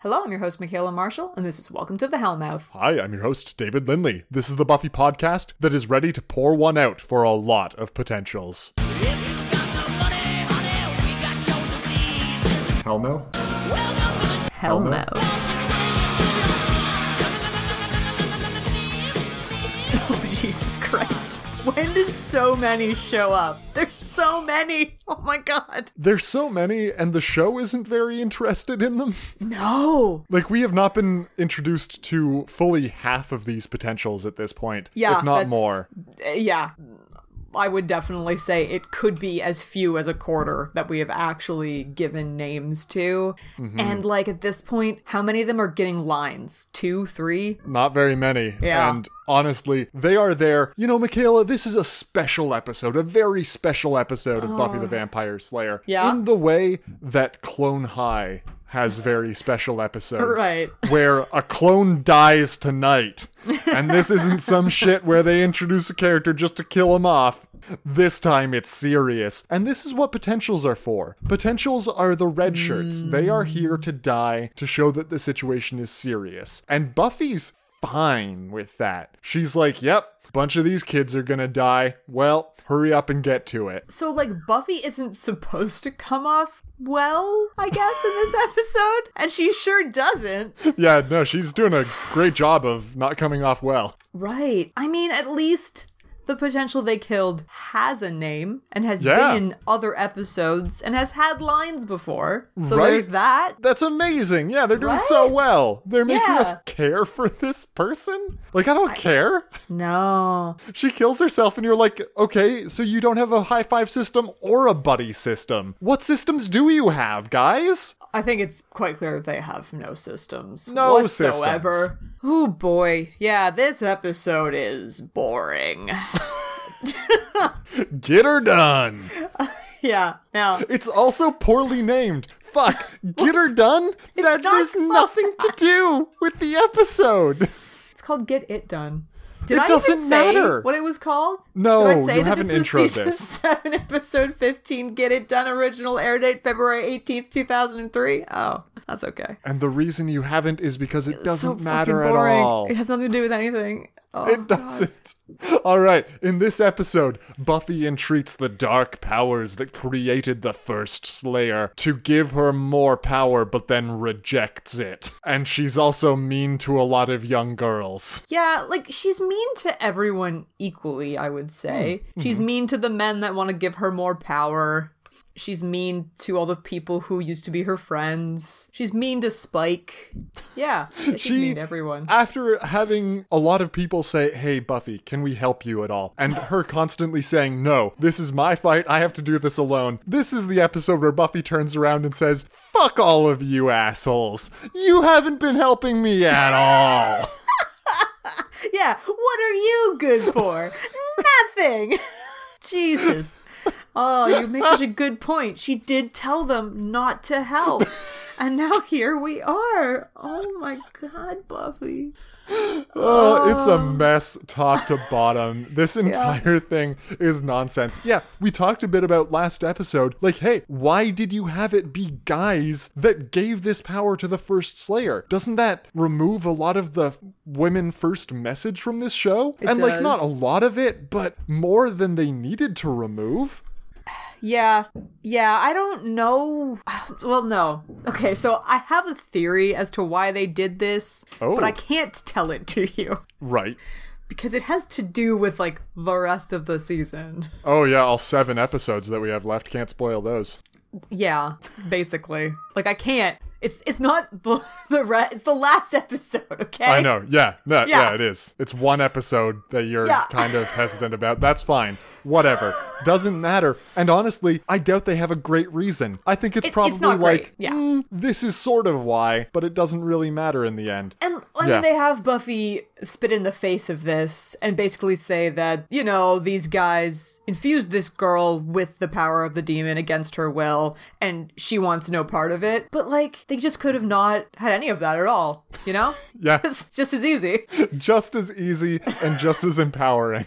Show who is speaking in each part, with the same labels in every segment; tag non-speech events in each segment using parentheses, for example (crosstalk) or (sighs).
Speaker 1: Hello, I'm your host, Michaela Marshall, and this is Welcome to the Hellmouth. (laughs)
Speaker 2: Hi, I'm your host, David Lindley. This is the Buffy podcast that is ready to pour one out for a lot of potentials.
Speaker 3: If you got the money, honey, we got your disease.
Speaker 2: Hellmouth?
Speaker 3: Welcome to the
Speaker 1: Hellmouth. Oh, Jesus Christ. When did so many show up? There's so many. (laughs) Oh my god.
Speaker 2: There's so many, and the show isn't very interested in them. (laughs)
Speaker 1: No.
Speaker 2: Like, we have not been introduced to fully half of these potentials at this point,
Speaker 1: Yeah.
Speaker 2: if not
Speaker 1: that's-
Speaker 2: more.
Speaker 1: uh, yeah. I would definitely say it could be as few as a quarter that we have actually given names to.
Speaker 2: Mm-hmm.
Speaker 1: And like at this point, how many of them are getting lines? Two, three?
Speaker 2: Not very many.
Speaker 1: Yeah.
Speaker 2: And honestly, they are there. You know, Michaela, this is a special episode, a very special episode of Buffy the Vampire Slayer.
Speaker 1: Yeah?
Speaker 2: In the way that Clone High has very special episodes.
Speaker 1: Right.
Speaker 2: Where a clone dies tonight. And this isn't some shit where they introduce a character just to kill him off. This time it's serious. And this is what potentials are for. Potentials are the red shirts. They are here to die to show that the situation is serious. And Buffy's fine with that. She's like, yep, bunch of these kids are gonna die. Well, hurry up and get to it.
Speaker 1: (laughs) So, like, Buffy isn't supposed to come off well, I guess, in this (laughs) episode, and she sure doesn't.
Speaker 2: Yeah, no, she's doing a great job of not coming off well.
Speaker 1: Right. I mean, at least the potential they killed has a name and has
Speaker 2: Yeah.
Speaker 1: been in other episodes and has had lines before. So
Speaker 2: Right.
Speaker 1: there's that.
Speaker 2: That's amazing. Yeah, they're doing
Speaker 1: Right?
Speaker 2: so well. They're making
Speaker 1: Yeah.
Speaker 2: us care for this person. Like, I don't care.
Speaker 1: No.
Speaker 2: She kills herself, and you're like, okay, so you don't have a high five system or a buddy system. What systems do you have, guys?
Speaker 1: I think it's quite clear that they have no systems.
Speaker 2: No
Speaker 1: whatsoever. Oh boy. Yeah, this episode is boring. (laughs)
Speaker 2: Get her done.
Speaker 1: yeah. Now,
Speaker 2: It's also poorly named.
Speaker 1: (laughs)
Speaker 2: Fuck, get her done? That
Speaker 1: not
Speaker 2: has nothing
Speaker 1: (laughs)
Speaker 2: to do with the episode.
Speaker 1: It's called Get It Done. Did
Speaker 2: It
Speaker 1: I
Speaker 2: doesn't
Speaker 1: even say
Speaker 2: matter.
Speaker 1: what it was called?
Speaker 2: No,
Speaker 1: Did I say
Speaker 2: you
Speaker 1: that
Speaker 2: haven't
Speaker 1: this
Speaker 2: intro'd
Speaker 1: was season (laughs)
Speaker 2: this.
Speaker 1: seven, episode fifteen? Get It Done. Original air date February eighteenth, two thousand and three. Oh, that's okay.
Speaker 2: And the reason you haven't is because it
Speaker 1: So
Speaker 2: doesn't
Speaker 1: fucking
Speaker 2: matter at
Speaker 1: boring. (laughs)
Speaker 2: all.
Speaker 1: It has nothing to do with anything. Oh,
Speaker 2: It doesn't. All right, in this episode, Buffy entreats the dark powers that created the first Slayer to give her more power, but then rejects it. And she's also mean to a lot of young girls.
Speaker 1: Yeah, like she's mean to everyone equally, I would say.
Speaker 2: Hmm,
Speaker 1: She's mean to the men that want to give her more power. She's mean to all the people who used to be her friends. She's mean to Spike. Yeah, yeah, she's
Speaker 2: She-
Speaker 1: mean to everyone.
Speaker 2: After having a lot of people say, Hey, Buffy, can we help you at all? And her constantly saying, No, this is my fight. I have to do this alone. This is the episode where Buffy turns around and says, Fuck all of you assholes. You haven't been helping me at all.
Speaker 1: Yeah, what are you good for? Nothing. (laughs) Jesus. Oh, you make such a good point. She did tell them not to help. And now here we are. Oh my god, Buffy.
Speaker 2: Oh, it's a mess top to bottom. This entire thing is nonsense. Yeah, we talked a bit about last episode. Like, hey, why did you have it be guys that gave this power to the first Slayer? Doesn't that remove a lot of the women first message from this show? and, like, not a
Speaker 1: does.
Speaker 2: lot of it, but more than they needed to remove?
Speaker 1: Yeah. Yeah, I don't know. (sighs) Well, no. Okay, so I have a theory as to why they did this,
Speaker 2: Oh.
Speaker 1: but I can't tell it to you
Speaker 2: Right.
Speaker 1: because it has to do with like the rest of the season.
Speaker 2: Oh, yeah, all seven episodes that we have left. Can't spoil those.
Speaker 1: Yeah, basically. Like I can't. It's it's not (laughs) the the re- it's the last episode, okay?
Speaker 2: I know. Yeah. No, yeah.
Speaker 1: Yeah.
Speaker 2: it is. It's one episode that you're
Speaker 1: Yeah.
Speaker 2: (laughs) kind of hesitant about. That's fine. Whatever. Doesn't matter. And honestly, I doubt they have a great reason. I think it's
Speaker 1: It-
Speaker 2: probably
Speaker 1: it's not
Speaker 2: like,
Speaker 1: great. Yeah.
Speaker 2: "Mm, this is sort of why, but it doesn't really matter in the end.
Speaker 1: And I mean,
Speaker 2: Yeah.
Speaker 1: they have Buffy spit in the face of this and basically say that, you know, these guys infused this girl with the power of the demon against her will and she wants no part of it. But, like, they just could have not had any of that at all, you know?
Speaker 2: (laughs) Yeah.
Speaker 1: (laughs) It's just as easy. (laughs)
Speaker 2: just as easy and just as empowering.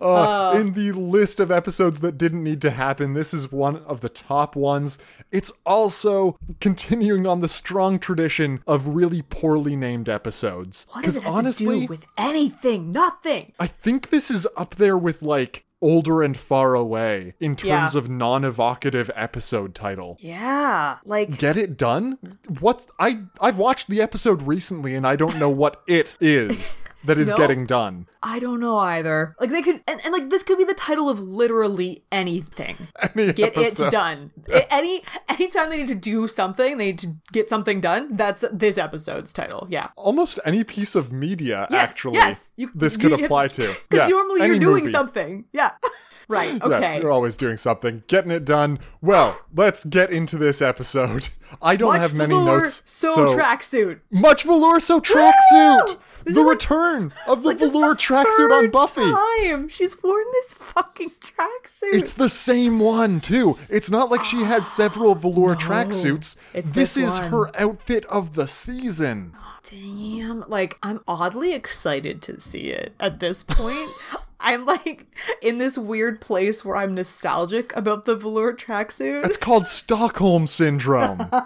Speaker 2: Uh, in the list of episodes that didn't need to happen, this is one of the top ones. It's also continuing on the strong tradition of really poorly named episodes.
Speaker 1: What does it
Speaker 2: Because
Speaker 1: have
Speaker 2: honestly,
Speaker 1: to do with anything? Nothing.
Speaker 2: I think this is up there with like older and far away in terms
Speaker 1: Yeah.
Speaker 2: of non-evocative episode title.
Speaker 1: Yeah, like
Speaker 2: Get it done? What's I I've watched the episode recently and I don't know what it is that is
Speaker 1: No.
Speaker 2: getting done.
Speaker 1: I don't know either. Like they could, and, and like this could be the title of literally
Speaker 2: (laughs)
Speaker 1: anything.
Speaker 2: Any
Speaker 1: Get
Speaker 2: episode.
Speaker 1: it done. A- Any anytime they need to do something, they need to get something done. That's this episode's title. Yeah.
Speaker 2: Almost any piece of media
Speaker 1: Yes,
Speaker 2: actually
Speaker 1: yes. You-
Speaker 2: this
Speaker 1: you- (laughs)
Speaker 2: could apply to. Because
Speaker 1: Because normally you're doing something. Yeah. (laughs) right.
Speaker 2: Yeah,
Speaker 1: Okay.
Speaker 2: you're always doing something. Getting it done. Well, let's get into this episode. (laughs) I don't
Speaker 1: Much
Speaker 2: have many
Speaker 1: velour,
Speaker 2: notes.
Speaker 1: So, tracksuit.
Speaker 2: Much velour so tracksuit!
Speaker 1: This
Speaker 2: The
Speaker 1: is like-
Speaker 2: return of the
Speaker 1: Like, this is
Speaker 2: velour
Speaker 1: the
Speaker 2: tracksuit on
Speaker 1: third
Speaker 2: Buffy!
Speaker 1: Time she's worn this fucking tracksuit.
Speaker 2: It's the same one too. It's not like she has several velour tracksuits.
Speaker 1: it's
Speaker 2: This,
Speaker 1: this
Speaker 2: is
Speaker 1: one.
Speaker 2: her outfit of the season.
Speaker 1: Damn. Like, I'm oddly excited to see it at this point.
Speaker 2: (laughs)
Speaker 1: I'm like in this weird place where I'm nostalgic about the velour tracksuit.
Speaker 2: It's called Stockholm syndrome.
Speaker 1: (laughs)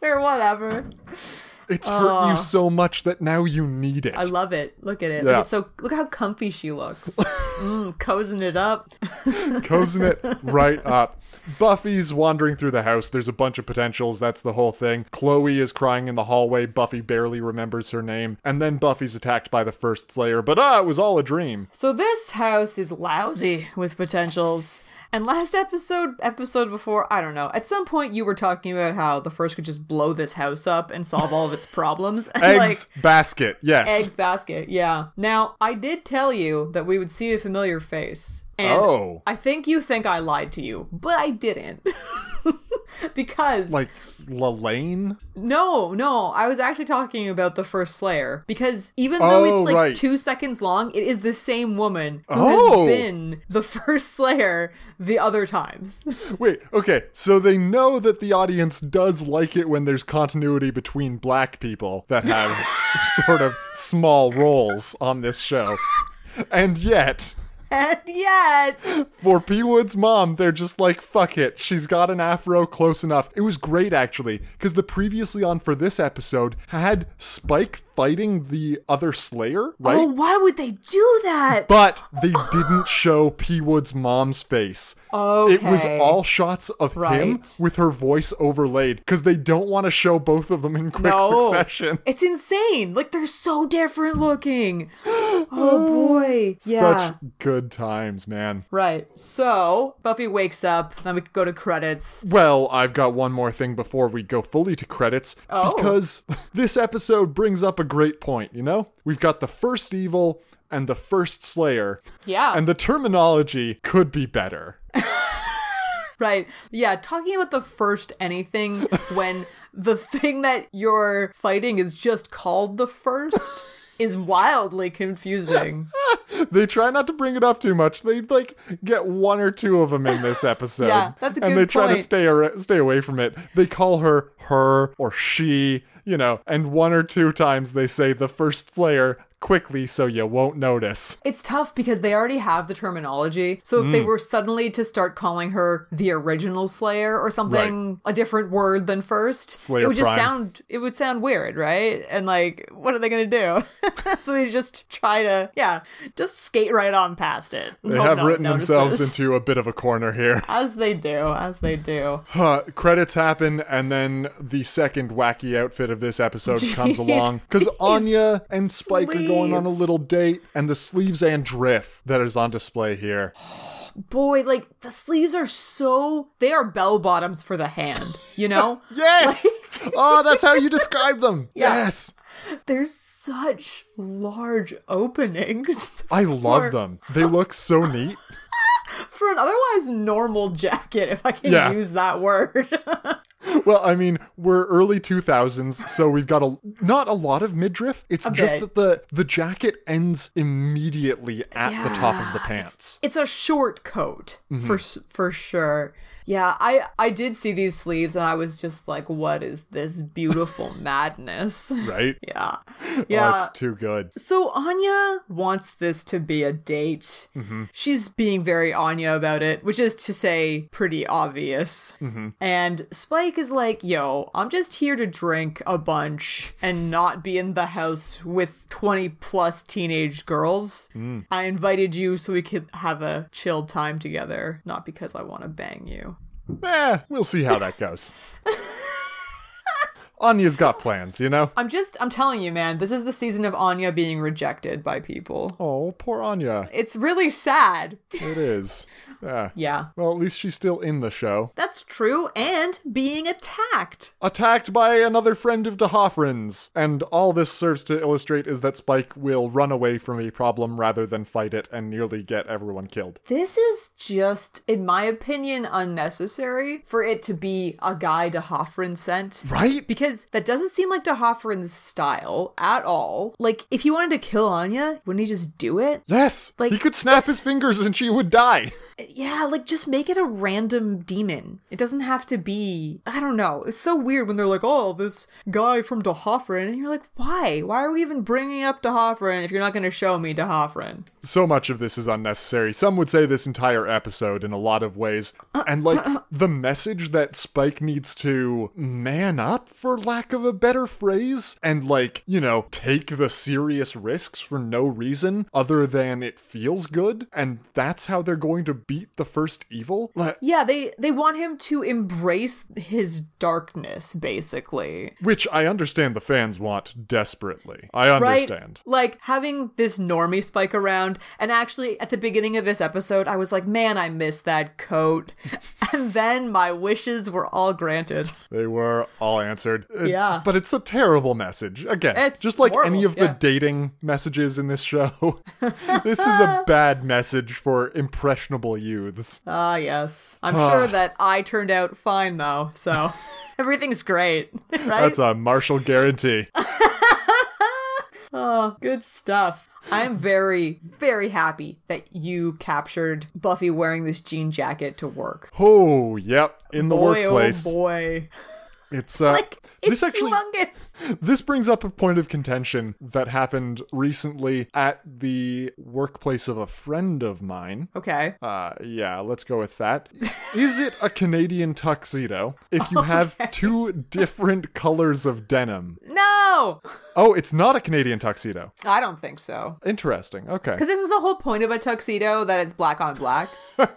Speaker 1: Sure, whatever.
Speaker 2: It's hurt you so much that now you need it.
Speaker 1: Ah. I love it. Look at it.
Speaker 2: Yeah.
Speaker 1: Like, it's so look how comfy she
Speaker 2: (laughs)
Speaker 1: looks. mm, cozying it up. (laughs)
Speaker 2: Cozen it right up. Buffy's wandering through the house. There's a bunch of potentials. That's the whole thing. Chloe is crying in the hallway. Buffy barely remembers her name. And then Buffy's attacked by the first Slayer. But ah, it was all a dream.
Speaker 1: So this house is lousy with potentials. And last episode, episode before, I don't know. At some point, you were talking about how the first could just blow this house up and solve all of its problems. (laughs) And,
Speaker 2: Eggs basket. Yes.
Speaker 1: Eggs basket, yeah. Now, I did tell you that we would see a familiar face. And
Speaker 2: Oh.
Speaker 1: I think you think I lied to you, but I didn't. (laughs) because
Speaker 2: Like Lalaine.
Speaker 1: no, no, I was actually talking about the first Slayer because even though
Speaker 2: Oh,
Speaker 1: it's like
Speaker 2: right.
Speaker 1: 2 seconds long, it is the same woman who
Speaker 2: Oh.
Speaker 1: has been the (laughs) first Slayer the other times. (laughs)
Speaker 2: Wait, okay, so they know that the audience does like it when there's continuity between black people that have sort of small roles on this show. And yet,
Speaker 1: and yet,
Speaker 2: for P. Wood's mom, they're just like, fuck it, she's got an afro close enough. It was great, actually, because the previously on for this episode had Spike fighting the other Slayer, right?
Speaker 1: oh, why would they do that?
Speaker 2: But they didn't show P. Wood's mom's face. It was
Speaker 1: Okay.
Speaker 2: all shots of him
Speaker 1: Right.
Speaker 2: with her voice overlaid because they don't want to show both of them in quick succession.
Speaker 1: It's insane. Like they're so different
Speaker 2: (gasps)
Speaker 1: looking. Oh boy. Yeah.
Speaker 2: Such good times, man.
Speaker 1: Right. So Buffy wakes up. Then we could go to credits.
Speaker 2: Well, I've got one more thing before we go fully to credits
Speaker 1: Oh.
Speaker 2: because (laughs) this episode brings up a great point, you know? We've got the first evil and the first slayer,
Speaker 1: Yeah.
Speaker 2: and the terminology could be better.
Speaker 1: right. Yeah. Talking about the first anything when the thing that you're fighting is just called the first is wildly confusing.
Speaker 2: they try not to bring it up too much. They like get one or two of them in
Speaker 1: (laughs)
Speaker 2: this episode.
Speaker 1: Yeah, that's a
Speaker 2: And
Speaker 1: good
Speaker 2: they try to
Speaker 1: point.
Speaker 2: stay ar- stay away from it. They call her her or she, you know, and one or two times they say the first slayer quickly so you won't notice.
Speaker 1: It's tough because they already have the terminology. So if they
Speaker 2: Mm.
Speaker 1: were suddenly to start calling her the original Slayer or something, a different word than first,
Speaker 2: Slayer
Speaker 1: it would just
Speaker 2: Prime.
Speaker 1: sound it would sound weird, right? And like, what are they gonna do? (laughs) so they just try to, yeah, just skate right on past it.
Speaker 2: They have
Speaker 1: (laughs)
Speaker 2: written themselves into a bit of a corner here.
Speaker 1: as they do, as they do.
Speaker 2: Huh, credits happen, and then the second wacky outfit of
Speaker 1: (laughs)
Speaker 2: this episode comes
Speaker 1: Jeez.
Speaker 2: along because Anya and Spike are going on a
Speaker 1: Sleeves.
Speaker 2: little date, and the sleeves and drift that is on display here.
Speaker 1: Boy, like the sleeves are so they are bell bottoms for the hand, you
Speaker 2: (laughs)
Speaker 1: know?
Speaker 2: Yes. oh, that's
Speaker 1: (laughs)
Speaker 2: how you describe them.
Speaker 1: Yeah.
Speaker 2: Yes.
Speaker 1: There's such large openings.
Speaker 2: I love
Speaker 1: For-
Speaker 2: them. They look so neat.
Speaker 1: for an otherwise normal jacket, if I can
Speaker 2: Yeah.
Speaker 1: use that word. (laughs)
Speaker 2: Well, I mean, we're early 2000s, so we've got a not a lot of midriff. It's just
Speaker 1: bit.
Speaker 2: that the the jacket ends immediately at the top of the pants. Mm-hmm.
Speaker 1: it's a short coat for s- for sure. Yeah, I I did see these sleeves and I was just like, what is this beautiful (laughs) madness?
Speaker 2: right?
Speaker 1: yeah.
Speaker 2: Oh,
Speaker 1: Yeah.
Speaker 2: it's too good.
Speaker 1: so Anya wants this to be a date. She's being very Anya about it, which is to say, pretty obvious. And Spike is like, yo, I'm just here to drink a bunch and not be in the house with 20 plus teenage girls. I invited you so we could have a chilled time together, not because I want to bang you.
Speaker 2: Eh, we'll see how that
Speaker 1: (laughs)
Speaker 2: goes. Anya's got plans, you know?
Speaker 1: I'm just, I'm telling you, man, this is the season of Anya being rejected by people.
Speaker 2: Oh, poor Anya.
Speaker 1: It's really sad. (laughs)
Speaker 2: It is. Yeah.
Speaker 1: Yeah.
Speaker 2: Well, at least she's still in the show.
Speaker 1: That's true, and being attacked.
Speaker 2: attacked by another friend of De Hoffren's. And all this serves to illustrate is that Spike will run away from a problem rather than fight it and nearly get everyone killed.
Speaker 1: This is just, in my opinion, unnecessary for it to be a guy De Hoffren sent.
Speaker 2: Right?
Speaker 1: Because that doesn't seem like De Hoffren's style at all. Like, if he wanted to kill Anya, wouldn't he just do it?
Speaker 2: yes!
Speaker 1: Like-
Speaker 2: he could snap his fingers and she would die.
Speaker 1: Yeah, like just make it a random demon. It doesn't have to be. I don't know. It's so weird when they're like, "Oh, this guy from De Hoffren," and you're like, "Why? Why are we even bringing up De Hoffren if you're not going to show me De Hoffren?"
Speaker 2: So much of this is unnecessary. Some would say this entire episode in a lot of ways. And like the message that Spike needs to man up, for lack of a better phrase, and like, you know, take the serious risks for no reason other than it feels good. And that's how they're going to beat the first evil. Like,
Speaker 1: Yeah, they they want him to embrace his darkness, basically.
Speaker 2: which I understand the fans want desperately. I
Speaker 1: Right?
Speaker 2: understand.
Speaker 1: Like having this normie spike around, and actually at the beginning of this episode, I was like, man, I miss that coat. (laughs) and then my wishes were all granted.
Speaker 2: They were all answered. Uh,
Speaker 1: Yeah.
Speaker 2: But it's a terrible message. Again,
Speaker 1: It's
Speaker 2: just like
Speaker 1: horrible,
Speaker 2: any of the
Speaker 1: yeah.
Speaker 2: dating messages in
Speaker 1: (laughs)
Speaker 2: this show, this is a bad message for impressionable youths.
Speaker 1: Ah, yes. I'm sure that I turned out fine, though,
Speaker 2: (laughs)
Speaker 1: so everything's great, (laughs) right?
Speaker 2: That's a Marshall guarantee.
Speaker 1: Oh, good stuff. I'm very, very happy that you captured Buffy wearing this jean jacket to work.
Speaker 2: oh, yep. In the
Speaker 1: boy,
Speaker 2: workplace.
Speaker 1: oh boy.
Speaker 2: It's uh
Speaker 1: Like, it's
Speaker 2: this actually
Speaker 1: humongous.
Speaker 2: this brings up a point of contention that happened recently at the workplace of a friend of mine.
Speaker 1: Okay.
Speaker 2: Uh, yeah, let's go with that. Is it a Canadian tuxedo if you have two different colors of denim?
Speaker 1: No!
Speaker 2: Oh, it's not a Canadian tuxedo.
Speaker 1: I don't think so.
Speaker 2: Interesting. Okay.
Speaker 1: Because isn't the whole point of a tuxedo that it's black on
Speaker 2: (laughs)
Speaker 1: black?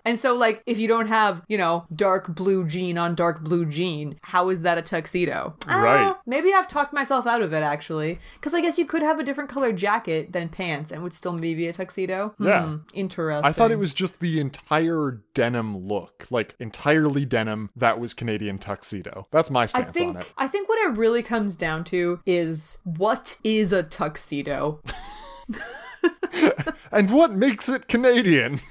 Speaker 1: and so, like, if you don't have, you know, dark blue jean on dark blue jean, how is that a tuxedo? I don't
Speaker 2: Right.
Speaker 1: know. Maybe I've talked myself out of it, actually. Because I guess you could have a different colored jacket than pants and would still maybe be a tuxedo.
Speaker 2: Yeah.
Speaker 1: Hmm, interesting.
Speaker 2: I thought it was just the entire denim look, like entirely denim. That was Canadian tuxedo. That's my
Speaker 1: I
Speaker 2: stance on
Speaker 1: think
Speaker 2: it.
Speaker 1: I think what it really comes down to is what is a tuxedo?
Speaker 2: And what makes
Speaker 1: (laughs)
Speaker 2: it Canadian?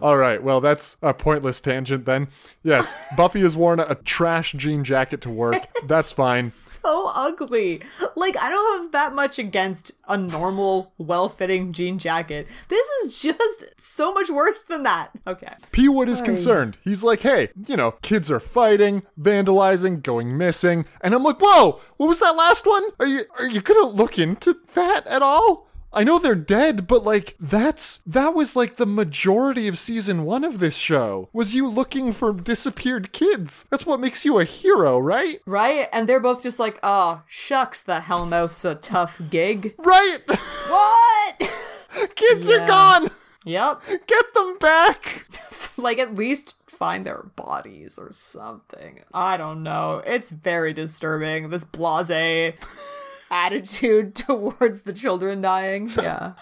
Speaker 2: All right, well, that's a pointless tangent then.
Speaker 1: (laughs)
Speaker 2: Yes, Buffy has worn a trash jean jacket to work. That's fine.
Speaker 1: so ugly. Like, I don't have that much against a normal, well fitting jean jacket. This is just so much worse than that. Okay.
Speaker 2: P. Wood is concerned. He's like, hey, you know, kids are fighting, vandalizing, going missing. And I'm like, whoa, what was that last one? Are you are you gonna look into that at all? I know they're dead, but like that's that was like the majority of season one of this show. Was you looking for disappeared kids? That's what makes you a hero, right?
Speaker 1: Right? And they're both just like, oh, shucks, the Hellmouth's a tough gig.
Speaker 2: Right? (laughs)
Speaker 1: What? (laughs)
Speaker 2: kids
Speaker 1: Yeah.
Speaker 2: are gone! (laughs)
Speaker 1: yep.
Speaker 2: Get them back!
Speaker 1: Like, at least find their bodies or something. I don't know. It's very disturbing. This blase attitude (laughs) towards the children dying. Yeah.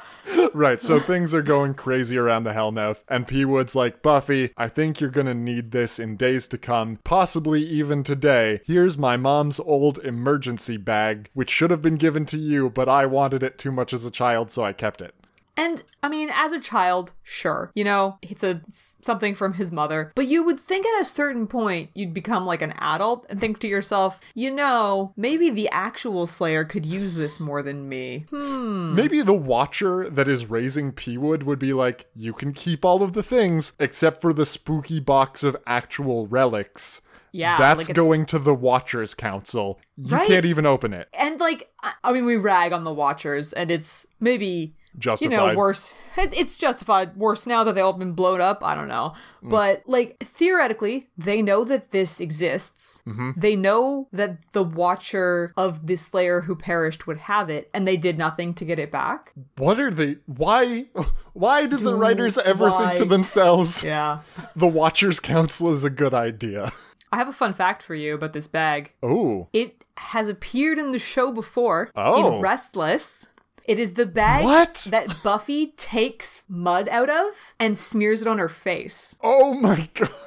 Speaker 2: Right, so things are going crazy around the Hellmouth, and P. Wood's like, Buffy, I think you're gonna need this in days to come, possibly even today. Here's my mom's old emergency bag, which should have been given to you, but I wanted it too much as a child, so I kept it.
Speaker 1: And I mean, as a child, sure, you know, it's a it's something from his mother. But you would think at a certain point you'd become like an adult and think to yourself, you know, maybe the actual Slayer could use this more than me. Hmm.
Speaker 2: Maybe the watcher that is raising Peawood would be like, you can keep all of the things except for the spooky box of actual relics.
Speaker 1: Yeah,
Speaker 2: That's
Speaker 1: like it's-
Speaker 2: going to the Watchers Council. You
Speaker 1: Right.
Speaker 2: can't even open it.
Speaker 1: and like I- i mean we rag on the watchers and it's maybe you know
Speaker 2: Justified.
Speaker 1: worse It- it's justified worse now that they all been blown up i don't know but like theoretically they know that this exists they know that the watcher of the slayer who perished would have it and they did nothing to get it back
Speaker 2: What are they? Why? Why did the writers ever think to
Speaker 1: why?
Speaker 2: themselves,
Speaker 1: yeah
Speaker 2: the Watchers Council is a good idea?
Speaker 1: i have a fun fact for you about this bag
Speaker 2: Oh,
Speaker 1: it has appeared in the show before
Speaker 2: Oh.
Speaker 1: in restless it is the bag
Speaker 2: What? (laughs)
Speaker 1: that Buffy takes mud out of and smears it on her face.
Speaker 2: oh my god! (laughs)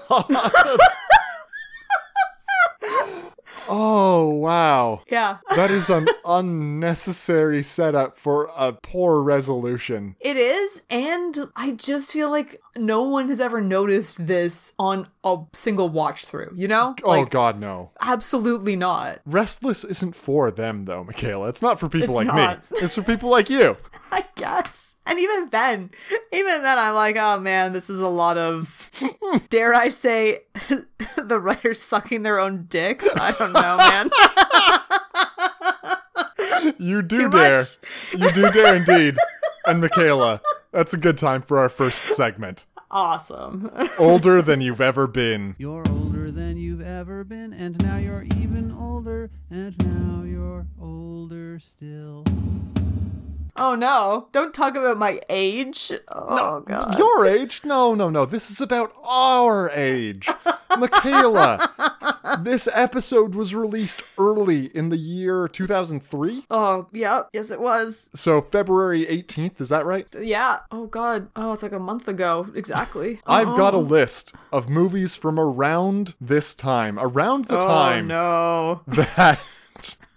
Speaker 2: oh wow!
Speaker 1: Yeah. (laughs)
Speaker 2: That is an unnecessary setup for a poor resolution.
Speaker 1: It is, and I just feel like no one has ever noticed this on a single watch through, you know?
Speaker 2: oh
Speaker 1: like,
Speaker 2: god, no.
Speaker 1: absolutely not.
Speaker 2: Restless isn't for them though, Michaela. It's not for people
Speaker 1: It's
Speaker 2: like
Speaker 1: not.
Speaker 2: me. It's for people like you.
Speaker 1: I guess. And even then, even then, I'm like, oh man, this is a lot
Speaker 2: (laughs)
Speaker 1: of, dare I say, (laughs) the writers sucking their own dicks? I don't know, man.
Speaker 2: (laughs) You do
Speaker 1: Too
Speaker 2: dare.
Speaker 1: much?
Speaker 2: You do dare indeed. and Michaela, that's a good time for our first segment.
Speaker 1: awesome. (laughs)
Speaker 2: Older than you've ever been.
Speaker 4: You're older than you've ever been, and now you're even older, and now you're older still.
Speaker 1: Oh no, don't talk about my age. Oh god.
Speaker 2: Your age? No, no, no. This is about our age. Michaela, this episode was released early in the year 2003.
Speaker 1: Oh, yep, yes it was.
Speaker 2: So February 18th, is that right?
Speaker 1: Yeah. Oh god. Oh, it's like a month ago.
Speaker 2: (laughs)
Speaker 1: Exactly.
Speaker 2: I've got a
Speaker 1: Uh-huh.
Speaker 2: list of movies from around this time, around the time
Speaker 1: Oh no. (laughs)
Speaker 2: that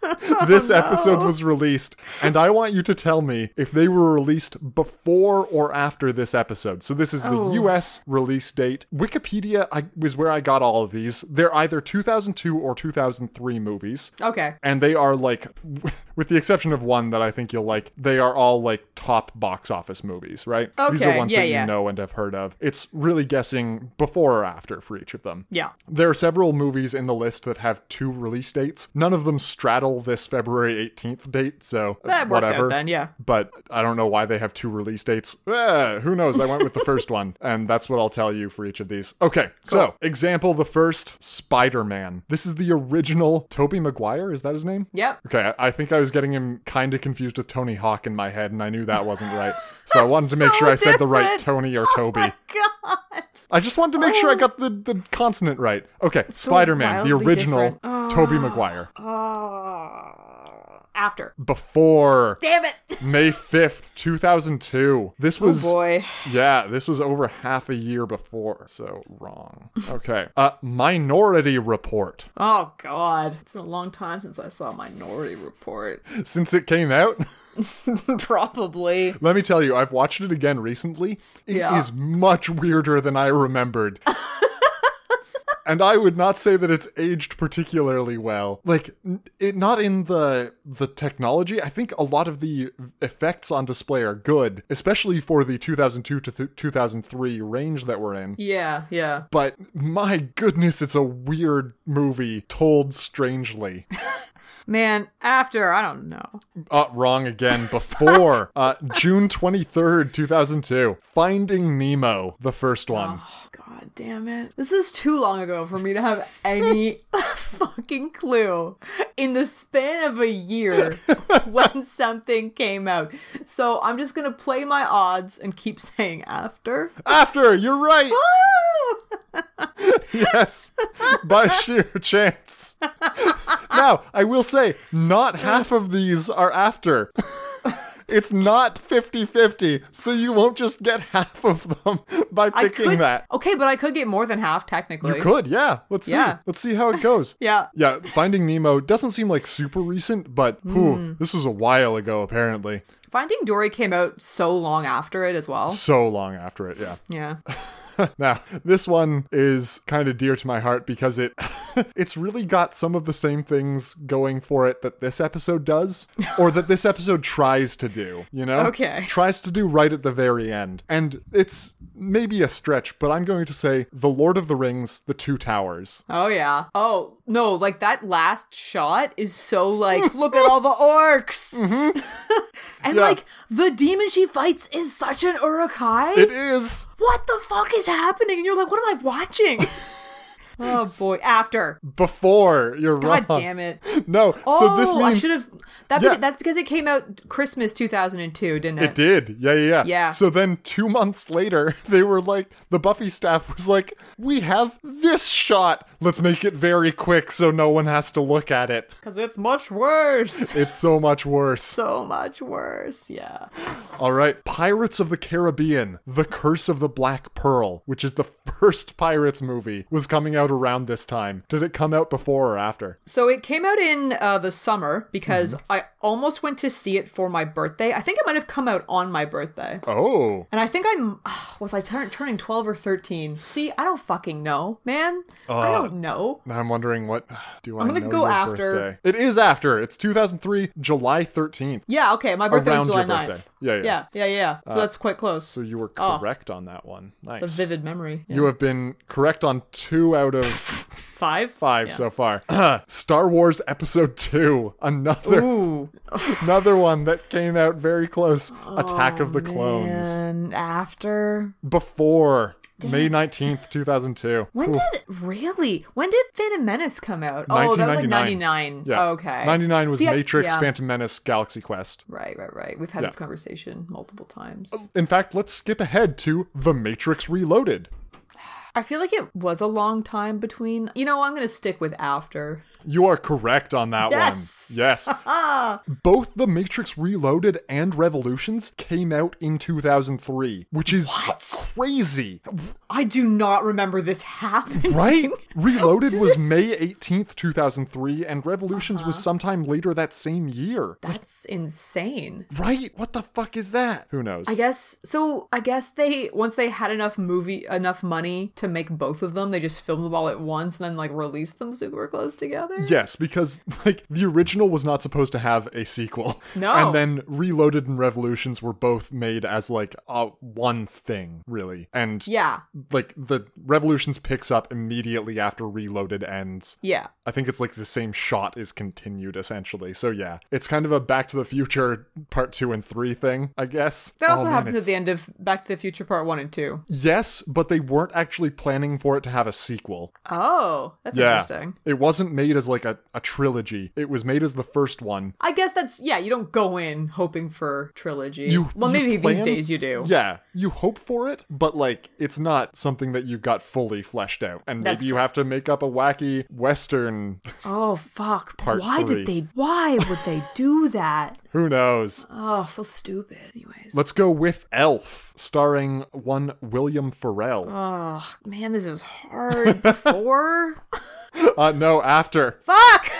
Speaker 1: Oh,
Speaker 2: this episode was released, and I want you to tell me if they were released before or after this episode. So this is the
Speaker 1: Oh.
Speaker 2: U.S. release date. Wikipedia I, was where I got all of these. They're either 2002 or 2003 movies.
Speaker 1: Okay.
Speaker 2: And they are like, (laughs) with the exception of one that I think you'll like, they are all like top box office movies, right? These are
Speaker 1: Okay,
Speaker 2: ones
Speaker 1: yeah,
Speaker 2: that
Speaker 1: yeah.
Speaker 2: you know and have heard of. It's really guessing before or after for each of them.
Speaker 1: Yeah.
Speaker 2: There are several movies in the list that have two release dates. None of them straddle this February 18th date, so
Speaker 1: That works
Speaker 2: whatever.
Speaker 1: out then, yeah.
Speaker 2: But I don't know why they have two release dates. Eh, who knows? I went with the
Speaker 1: (laughs)
Speaker 2: first one, and that's what I'll tell you for each of these. Okay, so example the first Spider Man. This is the original Tobey Maguire. Is that his name?
Speaker 1: Yep.
Speaker 2: Okay, I I think I was getting him kind of confused with Tony Hawk in my head, and I knew that wasn't right. So I wanted to make
Speaker 1: (laughs) So
Speaker 2: sure I said the right
Speaker 1: different.
Speaker 2: Tony or
Speaker 1: (laughs)
Speaker 2: Toby.
Speaker 1: God.
Speaker 2: I just wanted to make sure I got the, the consonant right. Okay, Spider Man, the
Speaker 1: Oh. wildly
Speaker 2: original
Speaker 1: different. Ah.
Speaker 2: Toby Maguire.
Speaker 1: Oh. After.
Speaker 2: Before
Speaker 1: Damn
Speaker 2: (laughs)
Speaker 1: it.
Speaker 2: May 5th, 2002. This was.
Speaker 1: Boy.
Speaker 2: Yeah, this was over half a year before. So wrong. Okay. Uh, Minority Report. (laughs)
Speaker 1: Oh god. It's been a long time since I saw Minority Report. (laughs)
Speaker 2: Since it came out,
Speaker 1: Probably.
Speaker 2: let me tell you, I've watched it again recently. It is
Speaker 1: Yeah.
Speaker 2: much weirder than I remembered. and I would not say that it's aged particularly well. Like n- it not in the the technology. I think a lot of the effects on display are good, especially for the 2002 to th- 2003 range that we're in.
Speaker 1: Yeah, yeah.
Speaker 2: But my goodness, it's a weird movie told strangely.
Speaker 1: Man, after, I don't know.
Speaker 2: Uh, wrong again.
Speaker 1: (laughs)
Speaker 2: Before uh, June 23rd, 2002, Finding Nemo, the first one.
Speaker 1: Ah. Oh, God damn it. This is too long ago for me to have
Speaker 2: (laughs)
Speaker 1: any fucking clue in the span of a
Speaker 2: (laughs)
Speaker 1: year when something came out. So I'm just gonna play my odds and keep saying after.
Speaker 2: After, you're right.
Speaker 1: Woo!
Speaker 2: (laughs) Yes,
Speaker 1: (laughs)
Speaker 2: by sheer chance. Now, I will say, not half of these are after. (laughs) It's not 50 50, so you won't just get half of them (laughs) by
Speaker 1: I
Speaker 2: picking
Speaker 1: could-
Speaker 2: that.
Speaker 1: Okay, but I could get more than half technically.
Speaker 2: You could, yeah. Let's see.
Speaker 1: Yeah.
Speaker 2: Let's see how it goes.
Speaker 1: (laughs) Yeah. Hmm.
Speaker 2: Yeah, Finding Nemo doesn't seem like super recent, but whew, this was a while ago apparently.
Speaker 1: Finding Dory came out so long after it as well.
Speaker 2: So long after it, yeah. (laughs)
Speaker 1: Yeah.
Speaker 2: Now, this one is kind of dear to my heart because it (laughs) it's really got some of the same things going for it that this episode does
Speaker 1: (laughs)
Speaker 2: or that this episode tries to do, you know?
Speaker 1: Okay.
Speaker 2: Tries to do right at the very end. And it's maybe a stretch, but I'm going to say The Lord of the Rings, The Two Towers.
Speaker 1: Oh yeah. Oh no, like that last shot is so like, look at all the
Speaker 2: (laughs)
Speaker 1: orcs. (laughs) and
Speaker 2: Mm-hmm. Yeah.
Speaker 1: like the demon she fights is such an Urukai. (laughs)
Speaker 2: It is
Speaker 1: what the fuck is happening? And you're like, what am I
Speaker 2: (laughs)
Speaker 1: watching? oh boy. After.
Speaker 2: before you're
Speaker 1: God
Speaker 2: wrong.
Speaker 1: damn it.
Speaker 2: No,
Speaker 1: Oh,
Speaker 2: (laughs) so this
Speaker 1: I
Speaker 2: means
Speaker 1: should have. That
Speaker 2: Yeah.
Speaker 1: beca- that's because it came out Christmas 2002, didn't it?
Speaker 2: It did. Yeah, yeah, yeah.
Speaker 1: Yeah.
Speaker 2: So then two months later, (laughs) they were like, the Buffy staff was like, we have this shot. Let's make it very quick so no one has to look at it.
Speaker 1: Because it's much worse.
Speaker 2: (laughs) It's so much
Speaker 1: (laughs)
Speaker 2: worse.
Speaker 1: so much worse. Yeah.
Speaker 2: All right. Pirates of the Caribbean, The Curse of the Black Pearl, which is the (laughs) first Pirates movie, was coming out around this time. Did it come out before or after?
Speaker 1: So it came out in uh, the summer because
Speaker 2: Mm-hmm.
Speaker 1: I almost went to see it for my birthday. I think it might have come out on my birthday.
Speaker 2: Oh.
Speaker 1: And I think I'm ah, was I turn, turning 12 or 13. See, I don't fucking know, man. I
Speaker 2: Uh,
Speaker 1: don't know.
Speaker 2: Now I'm wondering what (sighs) do I
Speaker 1: gonna
Speaker 2: know
Speaker 1: go
Speaker 2: your
Speaker 1: after-
Speaker 2: birthday? It is after. It's 2003, July 13th.
Speaker 1: Yeah, okay, my birthday
Speaker 2: Around
Speaker 1: was July
Speaker 2: your birthday.
Speaker 1: 9th.
Speaker 2: Yeah, yeah.
Speaker 1: Yeah, yeah, yeah. So that's quite close.
Speaker 2: So you were
Speaker 1: Oh.
Speaker 2: correct on that one. Nice.
Speaker 1: it's a vivid memory. Yeah.
Speaker 2: You have been correct on two out of
Speaker 1: five?
Speaker 2: five so far. (clears throat) Star Wars Episode Two, another (laughs)
Speaker 1: Ooh.
Speaker 2: another one that came out very close. Attack
Speaker 1: Oh,
Speaker 2: of the Clones
Speaker 1: And after
Speaker 2: before May nineteenth, two thousand two.
Speaker 1: When did really? When did Phantom Menace come out? Oh, that was like ninety nine.
Speaker 2: Yeah.
Speaker 1: Okay.
Speaker 2: Ninety nine was
Speaker 1: See, I-
Speaker 2: Matrix,
Speaker 1: yeah.
Speaker 2: Phantom Menace, Galaxy Quest.
Speaker 1: Right, right, right. We've had this conversation multiple times.
Speaker 2: In fact, let's skip ahead to The Matrix Reloaded.
Speaker 1: I feel like it was a long time between. You know, I'm gonna stick with after.
Speaker 2: You are correct on that
Speaker 1: Yes.
Speaker 2: one.
Speaker 1: (laughs)
Speaker 2: Yes. Both The Matrix Reloaded and Revolutions came out in 2003, which is crazy.
Speaker 1: I do not remember this happening.
Speaker 2: Right? Reloaded was May 18th, 2003, and Revolutions
Speaker 1: Uh-huh.
Speaker 2: was sometime later that same year.
Speaker 1: (laughs) That's insane.
Speaker 2: Right? What the fuck is that? Who knows?
Speaker 1: I guess so. I guess they once they had enough movie enough money to make both of them, they just filmed them all at once and then like released them super close together.
Speaker 2: Yes, because (laughs) like the original was not supposed to have a sequel.
Speaker 1: No.
Speaker 2: And then Reloaded and Revolutions were both made as like a one thing, really. And
Speaker 1: Yeah.
Speaker 2: like the Revolutions picks up immediately after Reloaded ends.
Speaker 1: Yeah.
Speaker 2: I think it's like the same shot is continued essentially. So yeah, it's kind of a Back to the Future Part Two and Three thing, I guess.
Speaker 1: That
Speaker 2: Oh,
Speaker 1: also
Speaker 2: man,
Speaker 1: happens at
Speaker 2: it's-
Speaker 1: the end of Back to the Future Part One and Two.
Speaker 2: Yes, but they weren't actually planning for it to have a sequel.
Speaker 1: Oh, that's
Speaker 2: Yeah,
Speaker 1: interesting.
Speaker 2: it wasn't made as like a, a trilogy. It was made as the first one.
Speaker 1: I guess that's yeah. You don't go in hoping for trilogy.
Speaker 2: You
Speaker 1: well,
Speaker 2: you
Speaker 1: maybe these
Speaker 2: plan-
Speaker 1: days you do.
Speaker 2: Yeah, you hope for it, but like it's not something that you've got fully fleshed out, and
Speaker 1: That's
Speaker 2: maybe you
Speaker 1: true.
Speaker 2: have to make up a wacky western.
Speaker 1: Oh fuck!
Speaker 2: Part
Speaker 1: why
Speaker 2: three.
Speaker 1: did they? Why would they do that?
Speaker 2: Who knows?
Speaker 1: Oh, so stupid. Anyways,
Speaker 2: Let's go with Elf, starring one William Farrell.
Speaker 1: oh man, this is hard.
Speaker 2: (laughs)
Speaker 1: Before
Speaker 2: Uh, no, after. (laughs)
Speaker 1: fuck.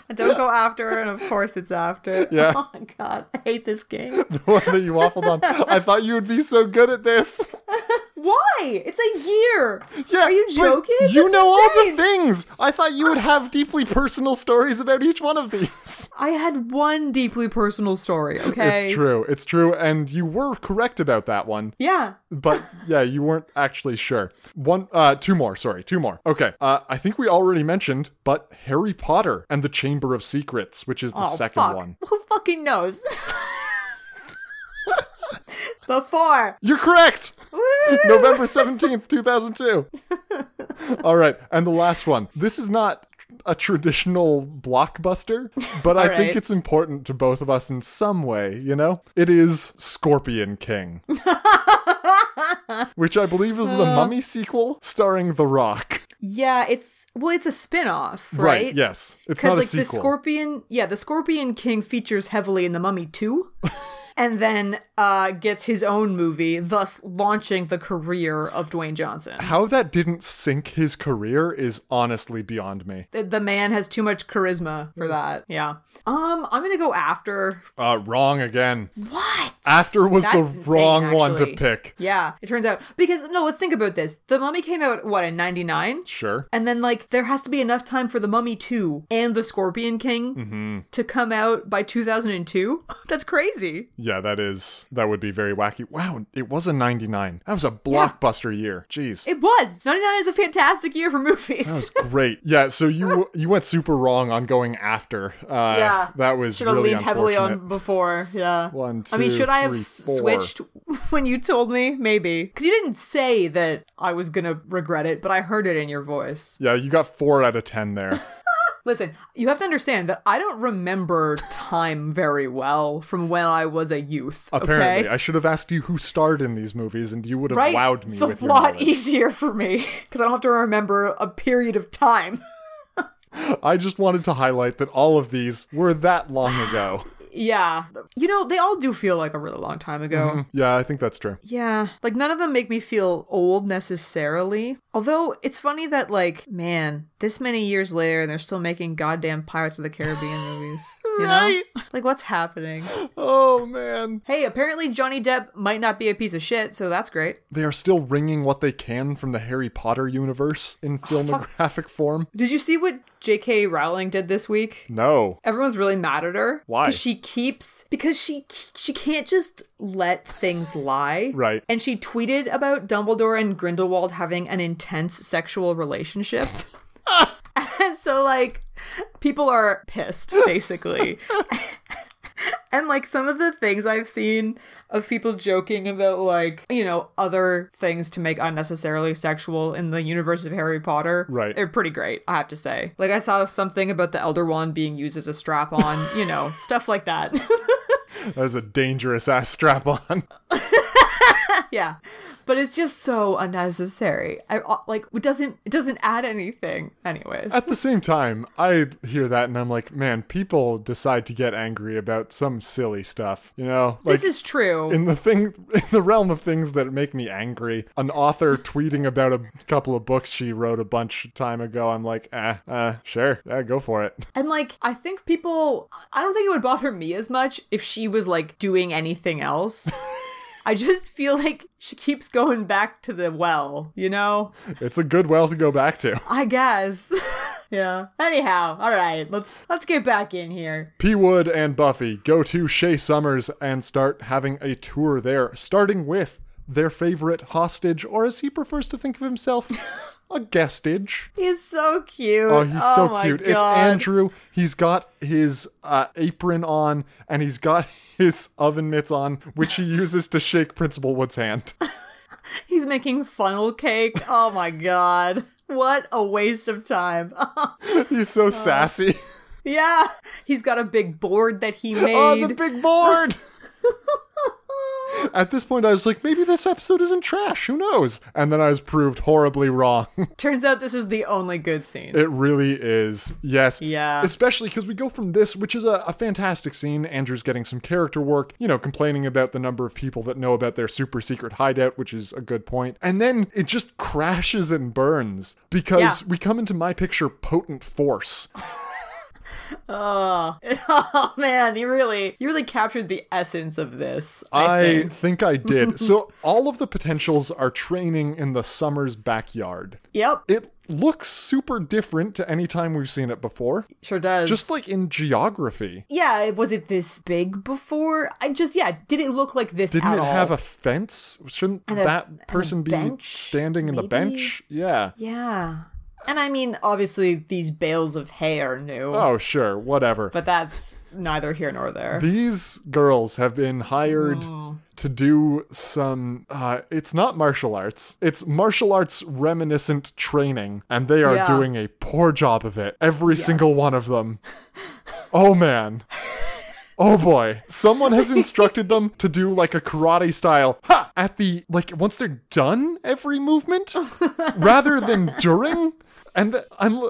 Speaker 1: (laughs) Don't go after, and of course it's after.
Speaker 2: Yeah.
Speaker 1: (laughs) Oh my god, I hate this game.
Speaker 2: The one that you waffled on. I thought you would be so good at this. (laughs)
Speaker 1: Why? It's a year.
Speaker 2: Yeah,
Speaker 1: Are you
Speaker 2: but
Speaker 1: joking?
Speaker 2: You
Speaker 1: That's
Speaker 2: know all
Speaker 1: insane.
Speaker 2: the things. I thought you would have deeply personal stories about each one of these. (laughs)
Speaker 1: I had one deeply personal story. Okay.
Speaker 2: It's true. It's true. And you were correct about that one.
Speaker 1: Yeah.
Speaker 2: but yeah, you weren't actually sure. One, uh, two more. Sorry, two more. Okay, uh, I think we already mentioned, but Harry Potter and the Chamber of Secrets, which is the
Speaker 1: Oh,
Speaker 2: second
Speaker 1: fuck.
Speaker 2: one.
Speaker 1: Who fucking knows?
Speaker 2: (laughs)
Speaker 1: Before.
Speaker 2: You're correct. November seventeenth, two thousand
Speaker 1: (laughs)
Speaker 2: two. All right, and the last one. This is not a traditional blockbuster, but I think
Speaker 1: right.
Speaker 2: it's important to both of us in some way. You know, it is
Speaker 1: (laughs)
Speaker 2: Scorpion King. Which I believe is the
Speaker 1: Uh.
Speaker 2: Mummy sequel starring The Rock.
Speaker 1: Yeah, it's well, it's a spin-off, right?
Speaker 2: yes. It's
Speaker 1: Because
Speaker 2: not
Speaker 1: like
Speaker 2: a
Speaker 1: the
Speaker 2: sequel. (laughs)
Speaker 1: Scorpion, yeah, the Scorpion King features heavily in the Mummy Two. and then uh, gets his own movie, thus launching the career of Dwayne Johnson.
Speaker 2: How that didn't sink his career is honestly beyond me.
Speaker 1: The- The man has too much charisma
Speaker 2: Mm.
Speaker 1: for that. Yeah. Um, I'm gonna go after
Speaker 2: Uh, wrong again.
Speaker 1: what?
Speaker 2: After was the
Speaker 1: That's insane,
Speaker 2: wrong one to
Speaker 1: actually.
Speaker 2: pick.
Speaker 1: Yeah, it turns out because no, let's think about this. The Mummy came out what in '99,
Speaker 2: Sure.
Speaker 1: and then like there has to be enough time for the Mummy Two and the Scorpion King
Speaker 2: Mm-hmm.
Speaker 1: to come out by 2002. (laughs) That's crazy.
Speaker 2: Yeah, that is that would be very wacky. Wow, it was a 99. That was a blockbuster year. Jeez.
Speaker 1: It was '99 is a fantastic year for movies.
Speaker 2: that was
Speaker 1: (laughs)
Speaker 2: great. Yeah, so you you went super wrong on going after. Uh,
Speaker 1: yeah,
Speaker 2: that was
Speaker 1: should have
Speaker 2: really
Speaker 1: leaned heavily on
Speaker 2: unfortunate.
Speaker 1: before. Yeah,
Speaker 2: One,
Speaker 1: I mean,
Speaker 2: two,
Speaker 1: should I have
Speaker 2: three,
Speaker 1: s-
Speaker 2: four.
Speaker 1: switched (laughs) when you told me? Maybe because you didn't say that I was gonna regret it, but I heard it in your voice.
Speaker 2: Yeah, you got four out of ten there.
Speaker 1: Listen, you have to understand that I don't remember time very well from when I was a youth.
Speaker 2: Apparently,
Speaker 1: (laughs) okay?
Speaker 2: I should have asked you who starred in these movies, and you would have
Speaker 1: right?
Speaker 2: wowed me
Speaker 1: it's
Speaker 2: with
Speaker 1: a
Speaker 2: your
Speaker 1: lot
Speaker 2: knowledge.
Speaker 1: easier for me (laughs) because I don't have to remember a period of time. (laughs)
Speaker 2: I just wanted to highlight that all of these were
Speaker 1: (sighs)
Speaker 2: that long ago.
Speaker 1: yeah, you know they all do feel like a really long time ago.
Speaker 2: yeah, I think that's true.
Speaker 1: Yeah, like none of them make me feel old necessarily. Although it's funny that like, man, this many years later and they're still making goddamn Pirates of the
Speaker 2: (laughs)
Speaker 1: Caribbean movies. You
Speaker 2: Right.
Speaker 1: know, (laughs) like what's happening?
Speaker 2: Oh man,
Speaker 1: Hey, apparently Johnny Depp might not be a piece of shit, so that's great.
Speaker 2: they are still wringing what they can from the Harry Potter universe in
Speaker 1: Oh,
Speaker 2: filmographic form.
Speaker 1: Did you see what J.K. Rowling did this week?
Speaker 2: No,
Speaker 1: Everyone's really mad at her.
Speaker 2: Why?
Speaker 1: 'Cause She keeps because she she can't just let things lie.
Speaker 2: (laughs) Right.
Speaker 1: And she tweeted about Dumbledore and Grindelwald having an intense sexual
Speaker 2: (laughs)
Speaker 1: relationship. (laughs) and so like people are pissed
Speaker 2: (laughs)
Speaker 1: basically. And like some of the things I've seen of people joking about, like, you know, other things to make unnecessarily sexual in the universe of Harry Potter.
Speaker 2: Right.
Speaker 1: They're pretty great, I have to say. Like, I saw something about the Elder Wand being used as a strap on, you
Speaker 2: (laughs)
Speaker 1: know, stuff like that. (laughs)
Speaker 2: that is a dangerous ass strap on. (laughs)
Speaker 1: yeah. But it's just so unnecessary. I uh, like it doesn't it doesn't add anything anyways.
Speaker 2: At the same time, I hear that and I'm like, man, people decide to get angry about some silly stuff, you know? Like,
Speaker 1: this is true.
Speaker 2: in the thing in the realm of things that make me angry
Speaker 1: (laughs)
Speaker 2: an author tweeting about a couple of books she wrote a bunch of time ago i'm like eh, uh sure yeah go for it (laughs)
Speaker 1: And like, I think people, I don't think it would bother me as much if she was like doing anything
Speaker 2: (laughs)
Speaker 1: else. I just feel like she keeps going back to the well, you know?
Speaker 2: it's a good well to go back to
Speaker 1: I guess. (laughs) yeah. Anyhow, all right, let's let's get back in here.
Speaker 2: p wood and buffy go to shea summers and start having a tour there starting with their favorite hostage or as he prefers to think
Speaker 1: (laughs)
Speaker 2: of himself a guestage
Speaker 1: He's so cute.
Speaker 2: Oh, he's so
Speaker 1: my
Speaker 2: cute. It's
Speaker 1: God.
Speaker 2: Andrew. He's got his uh, apron on and he's got (laughs) his oven mitts on, which he uses to shake Principal Wood's hand. (laughs)
Speaker 1: He's making funnel cake. Oh my god. What a waste of time. (laughs)
Speaker 2: He's
Speaker 1: Oh,
Speaker 2: so sassy.
Speaker 1: yeah. He's got a big board that he made.
Speaker 2: Oh, the big
Speaker 1: (laughs)
Speaker 2: board! At this point, I was like, maybe this episode isn't trash. Who knows? And then I was proved horribly wrong.
Speaker 1: Turns out this is the only good scene.
Speaker 2: It really is. Yes.
Speaker 1: Yeah.
Speaker 2: Especially because we go from this, which is a, a fantastic scene. Andrew's getting some character work, you know, complaining about the number of people that know about their super secret hideout, which is a good point. And then it just crashes and burns because
Speaker 1: Yeah.
Speaker 2: we come into my picture, Potent Force.
Speaker 1: Oh, (laughs) oh man, you really you really captured the essence of this. (laughs) I,
Speaker 2: I
Speaker 1: think.
Speaker 2: think
Speaker 1: (laughs)
Speaker 2: I did. so all of the potentials are training in the summer's backyard.
Speaker 1: Yep,
Speaker 2: It looks super different to any time we've seen it before.
Speaker 1: sure does.
Speaker 2: Just like in geography.
Speaker 1: yeah, it- was it this big before? I just yeah, did it look like this
Speaker 2: Didn't
Speaker 1: at
Speaker 2: it
Speaker 1: all?
Speaker 2: have a fence? Shouldn't
Speaker 1: a- and a
Speaker 2: that person be
Speaker 1: bench,
Speaker 2: standing in the
Speaker 1: maybe?
Speaker 2: bench? Yeah.
Speaker 1: yeah, and I mean obviously these bales of hay are new,
Speaker 2: Oh, sure, whatever.
Speaker 1: but that's neither here nor there.
Speaker 2: These girls have been hired
Speaker 1: Oh.
Speaker 2: to do some. Uh, it's not martial arts, it's martial arts reminiscent training, and they are
Speaker 1: Yeah.
Speaker 2: doing a poor job of it. Every single one of them. Oh, man. Oh boy. Someone has instructed them to do like a karate style ha at the like once they're done every movement rather than during and the, I'm